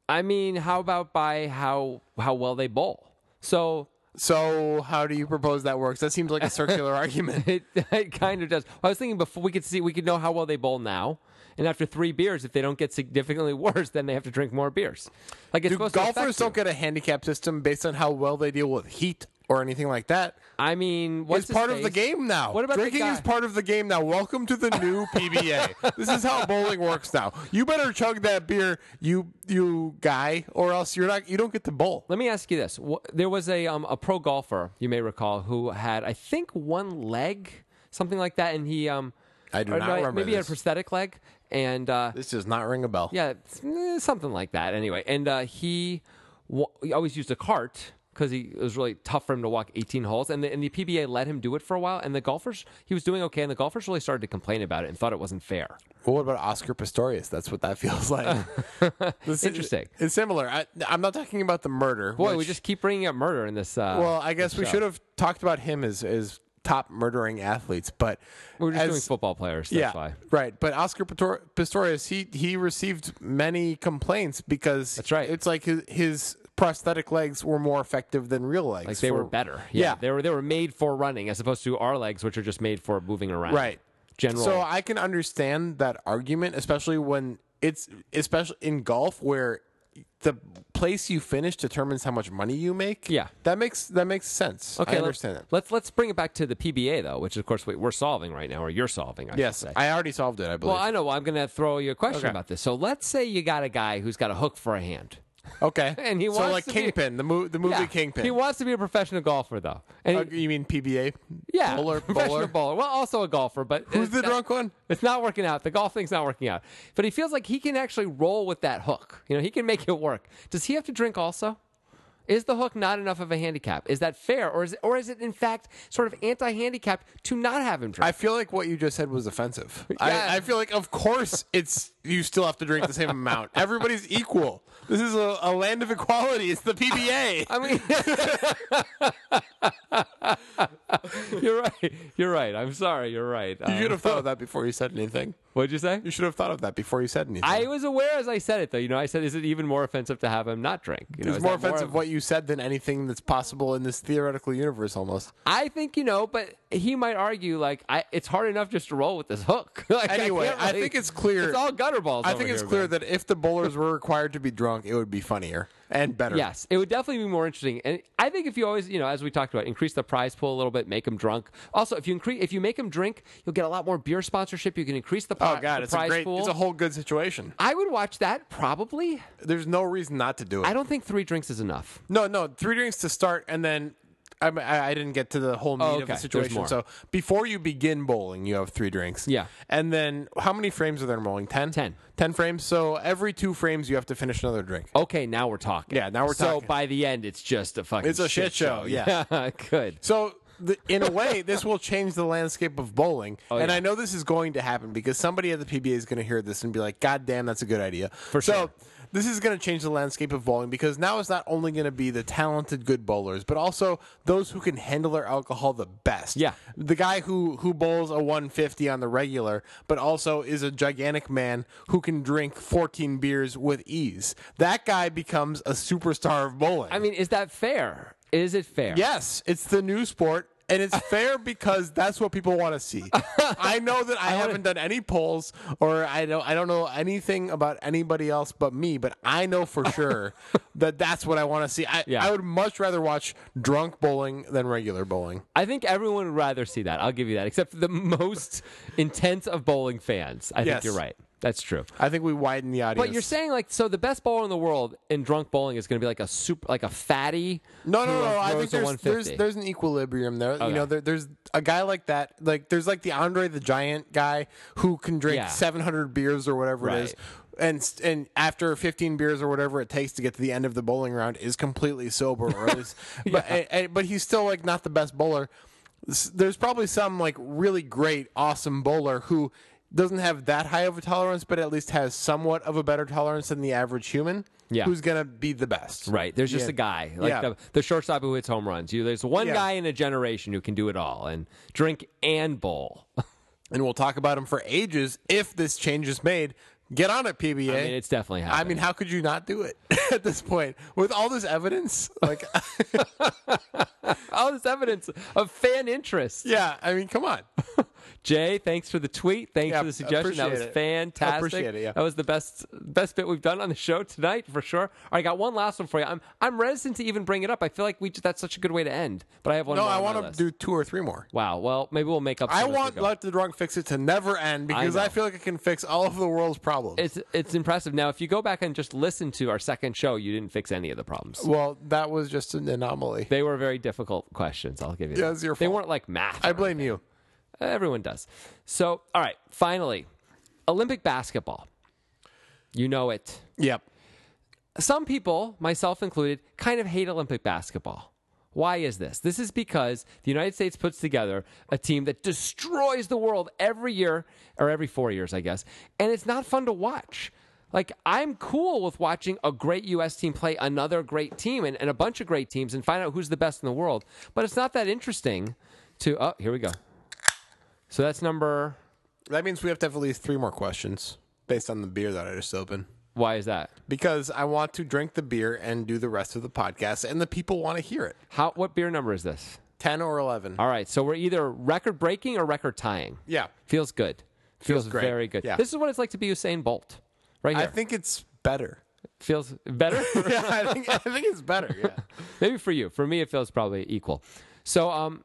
S1: I mean, how about by how how well they bowl? So
S2: So how do you propose that works? That seems like a circular argument.
S1: It, it kind of does. I was thinking before we could see, we could know how well they bowl now. And after three beers, if they don't get significantly worse, then they have to drink more beers. Like it's
S2: Do
S1: supposed to
S2: golfers
S1: affect you.
S2: don't get a handicap system based on how well they deal with heat or anything like that?
S1: I mean, what's
S2: It's part of the game now.
S1: What about the
S2: drinking
S1: guy-
S2: is part of the game now? Welcome to the new PBA. this is how bowling works now. You better chug that beer, you you guy, or else you're not. You don't get to bowl.
S1: Let me ask you this: Wh- There was a um, a pro golfer you may recall who had, I think, one leg, something like that, and he um,
S2: I do
S1: or
S2: not
S1: no,
S2: remember
S1: Maybe he had a
S2: this.
S1: prosthetic leg, and uh,
S2: This does not ring a bell.
S1: yeah, it's, eh, something like that. Anyway, and uh, he, wa- he always used a cart because he it was really tough for him to walk 18 holes, and the, and the PBA let him do it for a while. And the golfers, he was doing okay, and the golfers really started to complain about it and thought it wasn't fair.
S2: Well, what about Oscar Pistorius? That's what that feels like. This is-
S1: Interesting.
S2: It's similar. I, I'm not talking about the murder.
S1: Boy, we
S2: which-
S1: just keep bringing up murder in this. Uh,
S2: Well, I guess we
S1: show.
S2: should have talked about him as as top murdering athletes, but
S1: we're just
S2: as-
S1: doing football players. That's
S2: yeah,
S1: why.
S2: right. But Oscar Pistor- Pistorius, he he received many complaints because
S1: That's right.
S2: It's like his, his prosthetic legs were more effective than real legs.
S1: Like they
S2: for-
S1: were better. Yeah,
S2: Yeah.
S1: They were they were made for running as opposed to our legs, which are just made for moving around.
S2: Right.
S1: General.
S2: So I can understand that argument, especially when it's especially in golf where the place you finish determines how much money you make.
S1: Yeah.
S2: that makes that makes sense.
S1: okay,
S2: I
S1: let's-
S2: understand that.
S1: Let's let's bring it back to the PBA though, which of course we, we're solving right now, or you're solving. I should
S2: Yes,
S1: say.
S2: I already solved it. I believe.
S1: well, I know. Well, I'm going to throw you a question
S2: Okay.
S1: about this. So let's say you got a guy who's got a hook for a hand.
S2: Okay.
S1: And he
S2: so
S1: wants
S2: like
S1: to be-
S2: Kingpin, the, mo- the movie
S1: Yeah.
S2: Kingpin.
S1: He wants to be a professional golfer though. And
S2: Uh,
S1: he-
S2: you mean PBA?
S1: yeah,
S2: Bowler,
S1: professional
S2: bowler.
S1: bowler. Well, also a golfer, but
S2: Who's
S1: it's
S2: the
S1: not-
S2: drunk one?
S1: It's not working out. The golf thing's not working out. But he feels like he can actually roll with that hook. You know, he can make it work. Does he have to drink also? Is the hook not enough of a handicap? Is that fair, or is it, or is it in fact sort of anti-handicapped to not have him drink?
S2: I feel like what you just said was offensive.
S1: Yeah.
S2: I, I feel like, of course, it's you still have to drink the same amount. Everybody's equal. This is a, a land of equality. It's the PBA.
S1: I mean, you're right. You're right. I'm sorry. You're right.
S2: you should
S1: Um,
S2: have thought of that before you said anything.
S1: what'd you say?
S2: You should have thought of that before you said anything.
S1: I was aware as I said it, though. You know, I said, is it even more offensive to have him not drink? You know,
S2: it's
S1: is
S2: more
S1: that
S2: offensive
S1: of-
S2: what you said than anything that's possible in this theoretical universe. Almost.
S1: I think you know, but he might argue like I, it's hard enough just to roll with this hook. Like,
S2: Anyway,
S1: can't
S2: I think it's clear-
S1: It's all gutter balls.
S2: I
S1: over
S2: think it's
S1: here,
S2: clear
S1: man.
S2: that if the bowlers were required to be drunk, it would be funnier and better.
S1: Yes, it would definitely be more interesting, and I think if you always, you know, as we talked about, increase the prize pool a little bit, make them drunk. Also, if you increase, if you make them drink, you'll get a lot more beer sponsorship. You can increase the, pri-
S2: Oh God,
S1: the
S2: it's a
S1: prize
S2: great,
S1: pool.
S2: it's a whole good situation.
S1: I would watch that probably.
S2: There's no reason not to do it.
S1: I don't think three drinks is enough.
S2: no, no, three drinks to start, and then I, I, I didn't get to the whole meat
S1: Oh,
S2: of
S1: okay.
S2: the
S1: There's
S2: situation.
S1: more.
S2: So before you begin bowling, you have three drinks.
S1: Yeah.
S2: and then how many frames are there in bowling? Ten.
S1: 10.
S2: Ten frames. So every two frames, you have to finish another drink.
S1: Okay, now we're talking.
S2: Yeah, now we're
S1: so
S2: talking.
S1: So by the end, it's just a fucking.
S2: It's a shit show, yeah.
S1: good.
S2: So, the, in a way, this will change the landscape of bowling.
S1: Oh,
S2: and
S1: yeah.
S2: I know this is going to happen because somebody at the PBA is going to hear this and be like, God damn, that's a good idea. For so,
S1: sure.
S2: this is going to change the landscape of bowling because now it's not only going to be the talented, good bowlers, but also those who can handle their alcohol the best.
S1: Yeah.
S2: The guy who, who bowls a 150 on the regular, but also is a gigantic man who can drink 14 beers with ease. That guy becomes a superstar of bowling.
S1: I mean, is that fair? Is it fair?
S2: Yes, it's the new sport, and it's fair because that's what people want to see. I know that I, haven't done any polls, or I don't, I don't know anything about anybody else but me. But I know for sure that that's what I want to see. I,
S1: Yeah.
S2: I would much rather watch drunk bowling than regular bowling.
S1: I think everyone would rather see that. I'll give you that, except for the most intense of bowling fans. I think
S2: Yes.
S1: you're right. That's true.
S2: I think we widen the audience.
S1: But you're saying like so the best bowler in the world in drunk bowling is going to be like a super like a fatty.
S2: No,
S1: who
S2: no, no. I
S1: throws
S2: think
S1: a
S2: there's, there's
S1: 150.
S2: there's an equilibrium there. You
S1: Okay.
S2: know, there, there's a guy like that. Like there's like the Andre the Giant guy who can drink
S1: Yeah.
S2: 700 beers or whatever it is,
S1: Right.
S2: and s- and after 15 beers or whatever it takes to get to the end of the bowling round is completely sober or at least, but and, and- but he's still like not the best bowler. S- There's probably some like really great, awesome bowler who doesn't have that high of a tolerance, but at least has somewhat of a better tolerance than the average human.
S1: Yeah.
S2: who's gonna be the best?
S1: Right. There's just
S2: Yeah.
S1: a guy, like
S2: Yeah.
S1: the, the shortstop who hits home runs. You, there's one
S2: Yeah.
S1: guy in a generation who can do it all and drink and bowl.
S2: and we'll talk about him for ages if this change is made Get on it, PBA.
S1: I mean, it's definitely
S2: I
S1: happening.
S2: mean, how could you not do it at this point with all this evidence? Like,
S1: all Oh, this evidence of fan interest.
S2: yeah, I mean, come on.
S1: Jay, thanks for the tweet. Thanks
S2: Yeah,
S1: for the suggestion. That
S2: appreciate
S1: was
S2: it.
S1: fantastic.
S2: Appreciate it, yeah.
S1: That was the best best bit we've done on the show tonight for sure. All right, I got one last one for you. I'm I'm reticent to even bring it up. I feel like we that's such a good way to end. But I have one.
S2: No,
S1: more
S2: I
S1: on my
S2: want
S1: list.
S2: to do two or three more.
S1: Wow. Well, maybe we'll make up. some
S2: I
S1: as we
S2: want
S1: go.
S2: Let the Drunk Fix It to never end because
S1: know.
S2: I, feel like it can fix all of the world's problems.
S1: It's it's impressive. Now, if you go back and just listen to our second show, you didn't fix any of the problems.
S2: well, that was just an anomaly.
S1: They were very difficult questions. I'll give you.
S2: Yeah,
S1: that.
S2: it's your
S1: They
S2: fault.
S1: weren't like math.
S2: I
S1: or-
S2: blame you.
S1: Everyone does. So, all right. Finally, Olympic basketball. You know it.
S2: Yep.
S1: some people, myself included, kind of hate Olympic basketball. Why is this? This is because the United States puts together a team that destroys the world every year, or every four years, I guess, and it's not fun to watch. Like, I'm cool with watching a great U.S. team play another great team and, and a bunch of great teams and find out who's the best in the world, but it's not that interesting to. Oh, here we go. So that's number.
S2: That means we have to have at least three more questions based on the beer that I just opened.
S1: Why is that?
S2: Because I want to drink the beer and do the rest of the podcast, and the people want to hear it.
S1: How? What beer number is this?
S2: 10 or 11.
S1: All right, so we're either record breaking or record tying.
S2: Yeah.
S1: Feels good. Feels,
S2: great.
S1: very good.
S2: Yeah.
S1: This is what it's like to be Usain Bolt. Right
S2: I
S1: here.
S2: think it's better.
S1: feels better.
S2: yeah, I think, I think it's better. Yeah.
S1: Maybe for you. For me it feels probably equal. So um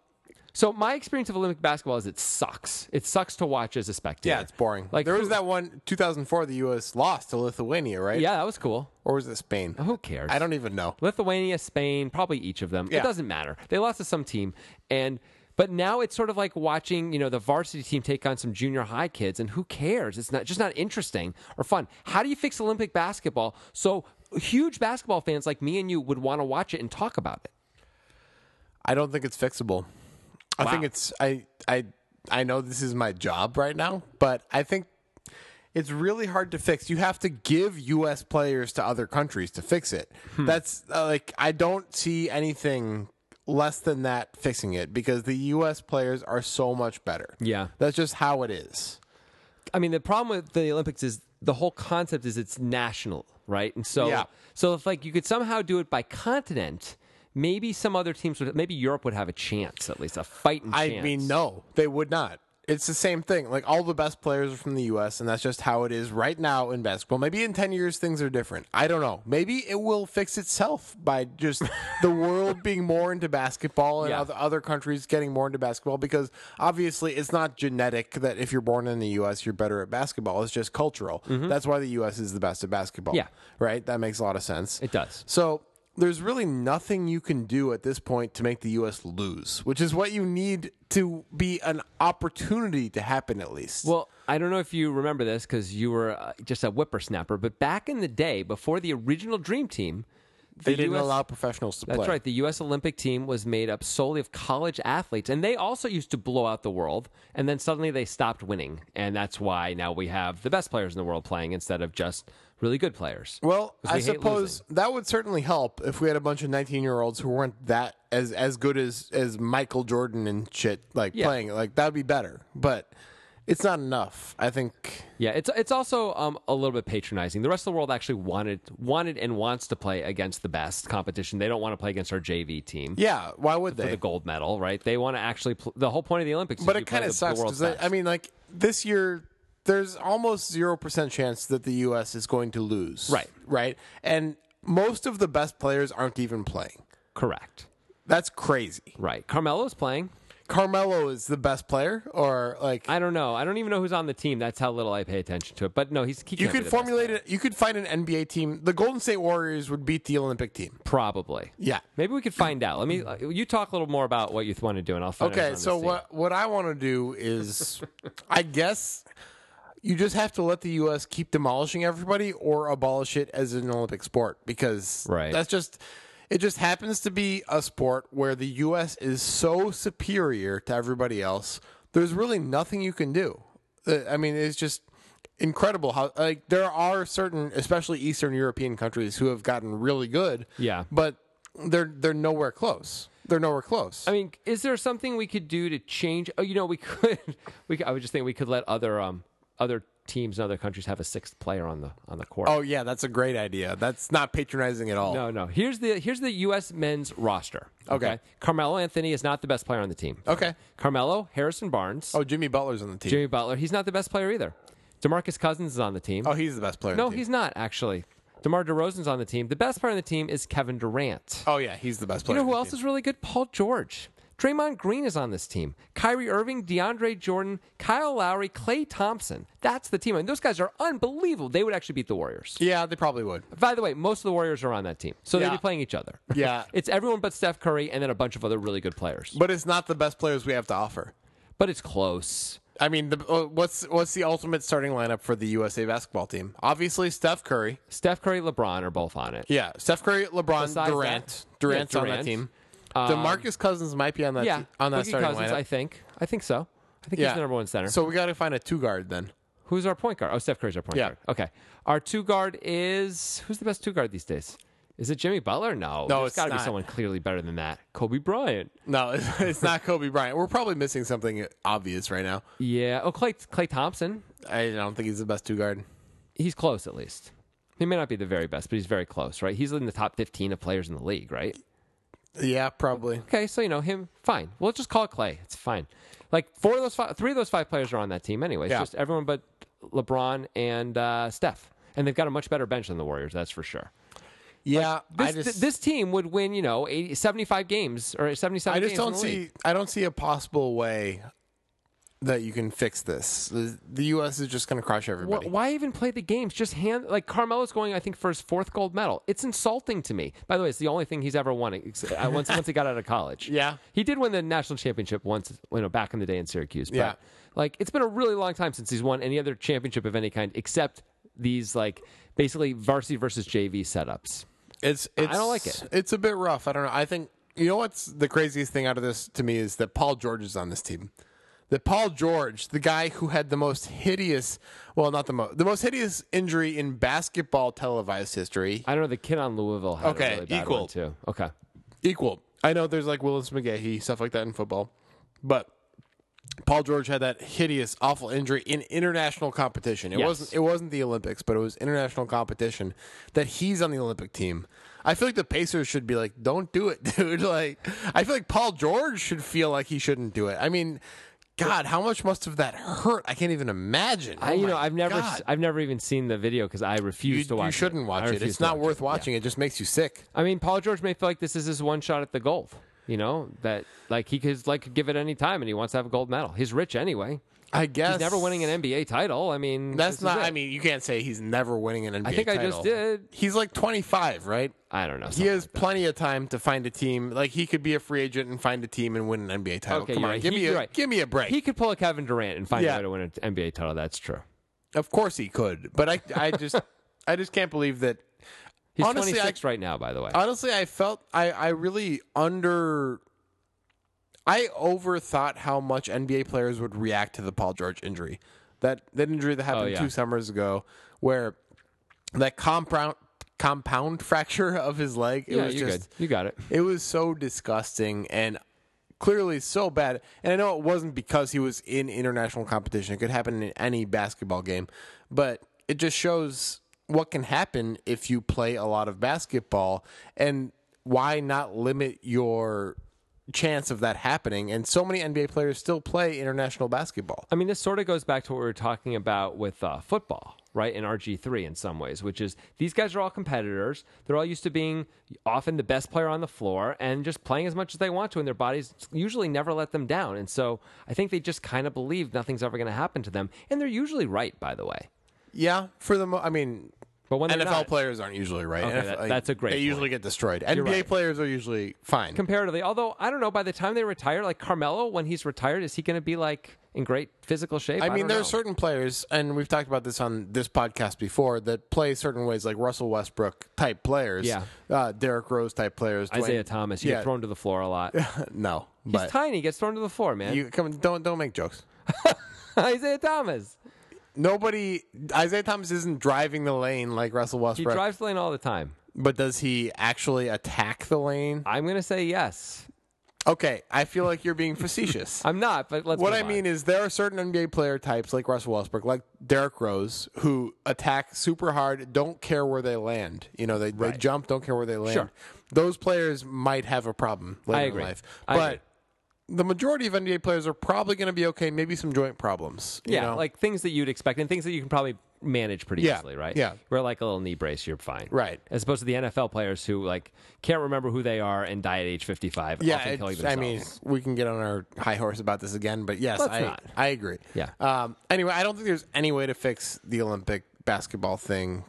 S1: so my experience of Olympic basketball is it sucks. It sucks to watch as a spectator.
S2: Yeah, it's boring.
S1: Like
S2: Like there
S1: who-
S2: was that one 2004 the US lost to Lithuania, right?
S1: Yeah, that was cool.
S2: Or was it Spain?
S1: Who cares?
S2: I don't even know.
S1: Lithuania, Spain, probably each of them. It
S2: Yeah.
S1: doesn't matter. They lost to some team and but now it's sort of like watching, you know, the varsity team take on some junior high kids and who cares? It's not just not interesting or fun. How do you fix Olympic basketball so huge basketball fans like me and you would want to watch it and talk about it?
S2: I don't think it's fixable. I
S1: Wow.
S2: think it's I I I know this is my job right now, but I think it's really hard to fix. You have to give US players to other countries to fix it.
S1: Hmm.
S2: That's uh, like I don't see anything less than that fixing it because the US players are so much better.
S1: Yeah.
S2: That's just how it is.
S1: I mean, the problem with the Olympics is the whole concept is it's national, right? And so,
S2: Yeah.
S1: so if like you could somehow do it by continent, maybe some other teams would, maybe Europe would have a chance, at least a fighting
S2: I
S1: chance.
S2: mean, no, they would not. It's the same thing. Like all the best players are from the U.S., and that's just how it is right now in basketball. Maybe in ten years things are different. I don't know. Maybe it will fix itself by just the world being more into basketball and
S1: Yeah.
S2: other, other countries getting more into basketball. Because obviously, it's not genetic that if you're born in the U.S., you're better at basketball. It's just cultural. That's why the U.S. is the best at basketball.
S1: Mm-hmm. Yeah.
S2: right. That makes a lot of sense.
S1: It does.
S2: So there's really nothing you can do at this point to make the U.S. lose, which is what you need to be an opportunity to happen at least.
S1: Well, I don't know if you remember this because you were uh, just a whippersnapper, but back in the day, before the original Dream Team,
S2: they
S1: the
S2: didn't
S1: US
S2: allow professionals to play.
S1: That's right. The U.S. Olympic team was made up solely of college athletes, and they also used to blow out the world. And then suddenly they stopped winning, and that's why now we have the best players in the world playing instead of just really good players.
S2: Well,
S1: 'Cause we
S2: I
S1: hate
S2: suppose that would certainly help if we had a bunch of 19 year olds who weren't that as as good as as Michael Jordan and shit like
S1: Yeah.
S2: playing. Like that'd be better, but it's not enough. I think.
S1: Yeah, it's it's also um, a little bit patronizing. The rest of the world actually wanted wanted and wants to play against the best competition. They don't want to play against our JV team.
S2: Yeah, why would
S1: For
S2: they?
S1: the gold medal, right? They want to actually. Pl- the whole point of the Olympics, is
S2: But
S1: you
S2: it
S1: play
S2: kind of
S1: the- the
S2: sucks
S1: world's
S2: because I,
S1: best.
S2: I mean, like this year, there's almost zero percent chance that the U.S. is going to lose.
S1: Right.
S2: right, and most of the best players aren't even playing.
S1: correct,
S2: That's crazy.
S1: right? Carmelo's playing.
S2: Carmelo is the best player, or like
S1: I don't know. I don't even know who's on the team. That's how little I pay attention to it. But no, he's he
S2: you
S1: can't be
S2: could
S1: the best.
S2: formulate it. You could find an NBA team. The Golden State Warriors would beat the Olympic team.
S1: probably.
S2: Yeah.
S1: Maybe we could find out. Let me. uh, You talk a little more about what you th- want to do, and I'll. Find out who's on
S2: Okay,
S1: this
S2: so
S1: team.
S2: what what I want to do is, I guess. You just have to let the U.S. keep demolishing everybody or abolish it as an Olympic sport because
S1: Right.
S2: that's just it. Just happens to be a sport where the U.S. is so superior to everybody else. There's really nothing you can do. Uh, I mean, it's just incredible how like there are certain, especially Eastern European countries, who have gotten really good.
S1: Yeah.
S2: but they're they're nowhere close. They're nowhere close.
S1: I mean, is there something we could do to change? Oh, you know, we could. We could, I was just thinking we could let other um other teams in other countries have a sixth player on the on the court.
S2: Oh yeah, that's a great idea. That's not patronizing at all.
S1: No, no. Here's the here's the U.S. men's roster.
S2: Okay.
S1: Carmelo Anthony is not the best player on the team.
S2: Okay.
S1: Carmelo, Harrison Barnes,
S2: Oh, Jimmy Butler's on the team.
S1: Jimmy Butler. He's not the best player either. Demarcus Cousins is on the team.
S2: Oh, he's the best player. on
S1: no,
S2: the team.
S1: he's not actually. DeMar DeRozan's on the team. The best player on the team is Kevin Durant.
S2: Oh yeah, he's the best
S1: you
S2: player.
S1: know who
S2: on the
S1: else
S2: team.
S1: is really good? Paul George. Draymond Green is on this team. Kyrie Irving, DeAndre Jordan, Kyle Lowry, Clay Thompson. That's the team. And those guys are unbelievable. They would actually beat the Warriors.
S2: Yeah, they probably would.
S1: By the way, most of the Warriors are on that team. So they'd
S2: Yeah.
S1: be playing each other.
S2: Yeah.
S1: it's everyone but Steph Curry and then a bunch of other really good players.
S2: But it's not the best players we have to offer.
S1: But it's close.
S2: I mean, the, uh, what's what's the ultimate starting lineup for the USA basketball team? Obviously, Steph Curry.
S1: Steph Curry, LeBron are both on it.
S2: Yeah, Steph Curry, LeBron,
S1: Besides
S2: Durant.
S1: that-
S2: Durant's
S1: Yeah,
S2: on that
S1: Durant. Um,
S2: team. DeMarcus Cousins might be on that
S1: Yeah.
S2: te- e- on that
S1: Boogie
S2: starting
S1: Cousins,
S2: lineup.
S1: I think. I think so. I think he's the number one center.
S2: So we got to find a two guard then.
S1: Who's our point guard? Oh, Steph Curry's our point
S2: Yeah.
S1: guard. Okay. Our two guard is who's the best two guard these days? Is it Jimmy Butler? No.
S2: No,
S1: There's
S2: it's
S1: gotta be
S2: not.
S1: someone clearly better than that. Kobe Bryant.
S2: No, it's, it's not Kobe Bryant. We're probably missing something obvious right now.
S1: Yeah. Oh, Clay Clay Thompson.
S2: I don't think he's the best two guard.
S1: He's close at least. He may not be the very best, but he's very close, right? He's in the top fifteen of players in the league, right?
S2: Yeah, probably.
S1: Okay, so you know him. Fine. We'll just call it Clay. It's fine. Like four of those, five, three of those five players are on that team anyway. It's
S2: Yeah.
S1: just everyone but LeBron and uh, Steph, and they've got a much better bench than the Warriors. That's for sure.
S2: Yeah, I
S1: This,
S2: just
S1: th- this team would win, you know, 80, 75 games or 77
S2: I just
S1: games in
S2: don't
S1: the
S2: see
S1: league.
S2: I don't see a possible way that you can fix this. The the U.S. is just going to crush
S1: Wh-
S2: everybody.
S1: Why even play the games? Just hand like Carmelo's going, I think, for his fourth gold medal. It's insulting to me. By the way, it's the only thing he's ever won ex- uh, once once he got out of college.
S2: Yeah.
S1: he did win the national championship once, you know, back in the day in Syracuse. But,
S2: Yeah.
S1: like it's been a really long time since he's won any other championship of any kind except these like basically varsity versus JV setups.
S2: It's, it's
S1: don't like it.
S2: It's a bit rough. I don't know. I think you know what's the craziest thing out of this to me is that Paul George is on this team. That Paul George, the guy who had the most hideous, well, not the most, the most hideous injury in basketball televised history,
S1: I don't know. The kid on Louisville had
S2: Okay,
S1: a really bad
S2: equal.
S1: one too. Okay,
S2: equal. I know there's like Willis McGahee stuff like that in football, but Paul George had that hideous, awful injury in international competition. It
S1: Yes.
S2: wasn't it wasn't the Olympics, but it was international competition that he's on the Olympic team. I feel like the Pacers should be like, don't do it, dude. Like, I feel like Paul George should feel like he shouldn't do it. I mean, God, how much must have that hurt? I can't even imagine.
S1: I,
S2: Oh
S1: you know,
S2: my
S1: I've never,
S2: God.
S1: s- I've never even seen the video because I refuse
S2: you,
S1: to
S2: you
S1: watch.
S2: shouldn't
S1: I
S2: watch it.
S1: refuse
S2: It's
S1: to
S2: not
S1: watch
S2: worth
S1: it. Yeah.
S2: watching. It just makes you sick.
S1: I mean, Paul George may feel like this is his one shot at the gold. You know that like he could like could give it any time, and he wants to have a gold medal. He's rich anyway.
S2: I guess
S1: He's never winning an NBA title. I mean, this
S2: That's
S1: is
S2: not.
S1: it.
S2: I mean, you can't say he's never winning an NBA.
S1: think I just
S2: title.
S1: did.
S2: He's like 25, right?
S1: I don't know.
S2: He has plenty of time to find a team. Like he could be a free agent and find a team and win an NBA title.
S1: Okay,
S2: Come
S1: you're
S2: on,
S1: right.
S2: give
S1: He-
S2: me a
S1: you're right.
S2: give me a break.
S1: he could pull a Kevin Durant and find
S2: Yeah.
S1: a way to win an NBA title. That's true.
S2: of course he could, but I I just I just can't believe that.
S1: He's
S2: Honestly, I-
S1: 26 right now, by the way.
S2: Honestly, I felt I I really under. I overthought how much NBA players would react to the Paul George injury. That that injury that happened
S1: Oh, yeah.
S2: two summers ago, where that compound compound fracture of his leg. It
S1: yeah,
S2: was
S1: you
S2: just
S1: good. You got it.
S2: it was so disgusting and clearly so bad. And I know it wasn't because he was in international competition. It could happen in any basketball game, but it just shows what can happen if you play a lot of basketball and why not limit your chance of that happening and so many NBA players still play international basketball.
S1: I mean, this sort of goes back to what we were talking about with uh, football, right? In RG3 in some ways, which is these guys are all competitors. They're all used to being often the best player on the floor and just playing as much as they want to, and their bodies usually never let them down. And so I think they just kind of believe nothing's ever going to happen to them. And they're usually right, by the way.
S2: Yeah, for the mo- I mean
S1: But when they're
S2: NFL
S1: not,
S2: players aren't usually right.
S1: Okay,
S2: NFL
S1: that- that's a great
S2: They
S1: point.
S2: usually get destroyed. NBA
S1: right.
S2: players are usually fine.
S1: comparatively, although I don't know, by the time they retire, like Carmelo, when he's retired, is he going to be like in great physical shape?
S2: I mean,
S1: don't
S2: there
S1: know.
S2: are certain players, and we've talked about this on this podcast before, that play certain ways, like Russell Westbrook type players,
S1: Yeah.
S2: uh, Derrick Rose type players, Dwayne-
S1: Isaiah Thomas, you
S2: yeah,
S1: get thrown to the floor a lot.
S2: no,
S1: He's
S2: but
S1: tiny, gets thrown to the floor, man.
S2: you come don't don't make jokes.
S1: Isaiah Thomas.
S2: Nobody, Isaiah Thomas isn't driving the lane like Russell
S1: He
S2: Westbrook,
S1: drives the lane all the time.
S2: but does he actually attack the lane?
S1: I'm going to say yes.
S2: Okay, I feel like you're being facetious.
S1: I'm not, but let's.
S2: What
S1: move
S2: I
S1: on.
S2: mean is there are certain NBA player types like Russell Westbrook, like Derrick Rose, who attack super hard, don't care where they land. You know, they, they jump, don't care where they land.
S1: Sure.
S2: Those players might have a problem later
S1: I agree.
S2: in life.
S1: I
S2: but
S1: agree.
S2: the majority of NBA players are probably going to be okay, maybe some joint problems. you
S1: yeah,
S2: know?
S1: like things that you'd expect and things that you can probably manage pretty
S2: Yeah,
S1: easily, right?
S2: yeah.
S1: wear like a little knee brace, you're fine,
S2: Right.
S1: As opposed to the NFL players who like can't remember who they are and die at age 55,
S2: yeah,
S1: often killing
S2: it's- I
S1: themselves.
S2: mean, we can get on our high horse about this again, but yes,
S1: Let's
S2: I,
S1: not.
S2: I agree.
S1: Yeah.
S2: Um, anyway, I don't think there's any way to fix the Olympic basketball thing.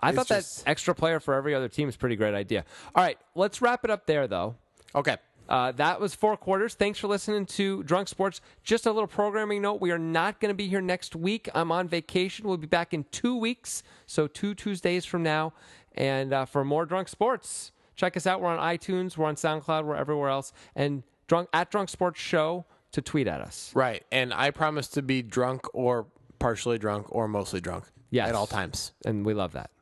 S1: I
S2: it's
S1: thought
S2: just-
S1: that extra player for every other team is a pretty great idea. All right, let's wrap it up there though.
S2: Okay.
S1: Uh, that was four quarters. Thanks for listening to Drunk Sports. Just a little programming note: we are not going to be here next week. I'm on vacation. We'll be back in two weeks, so two Tuesdays from now. And uh, for more Drunk Sports, check us out. We're on iTunes, we're on SoundCloud, we're everywhere else. And drunk at Drunk Sports Show to tweet at us.
S2: Right. And I promise to be drunk or partially drunk or mostly drunk
S1: Yes.
S2: at all times.
S1: And we love that.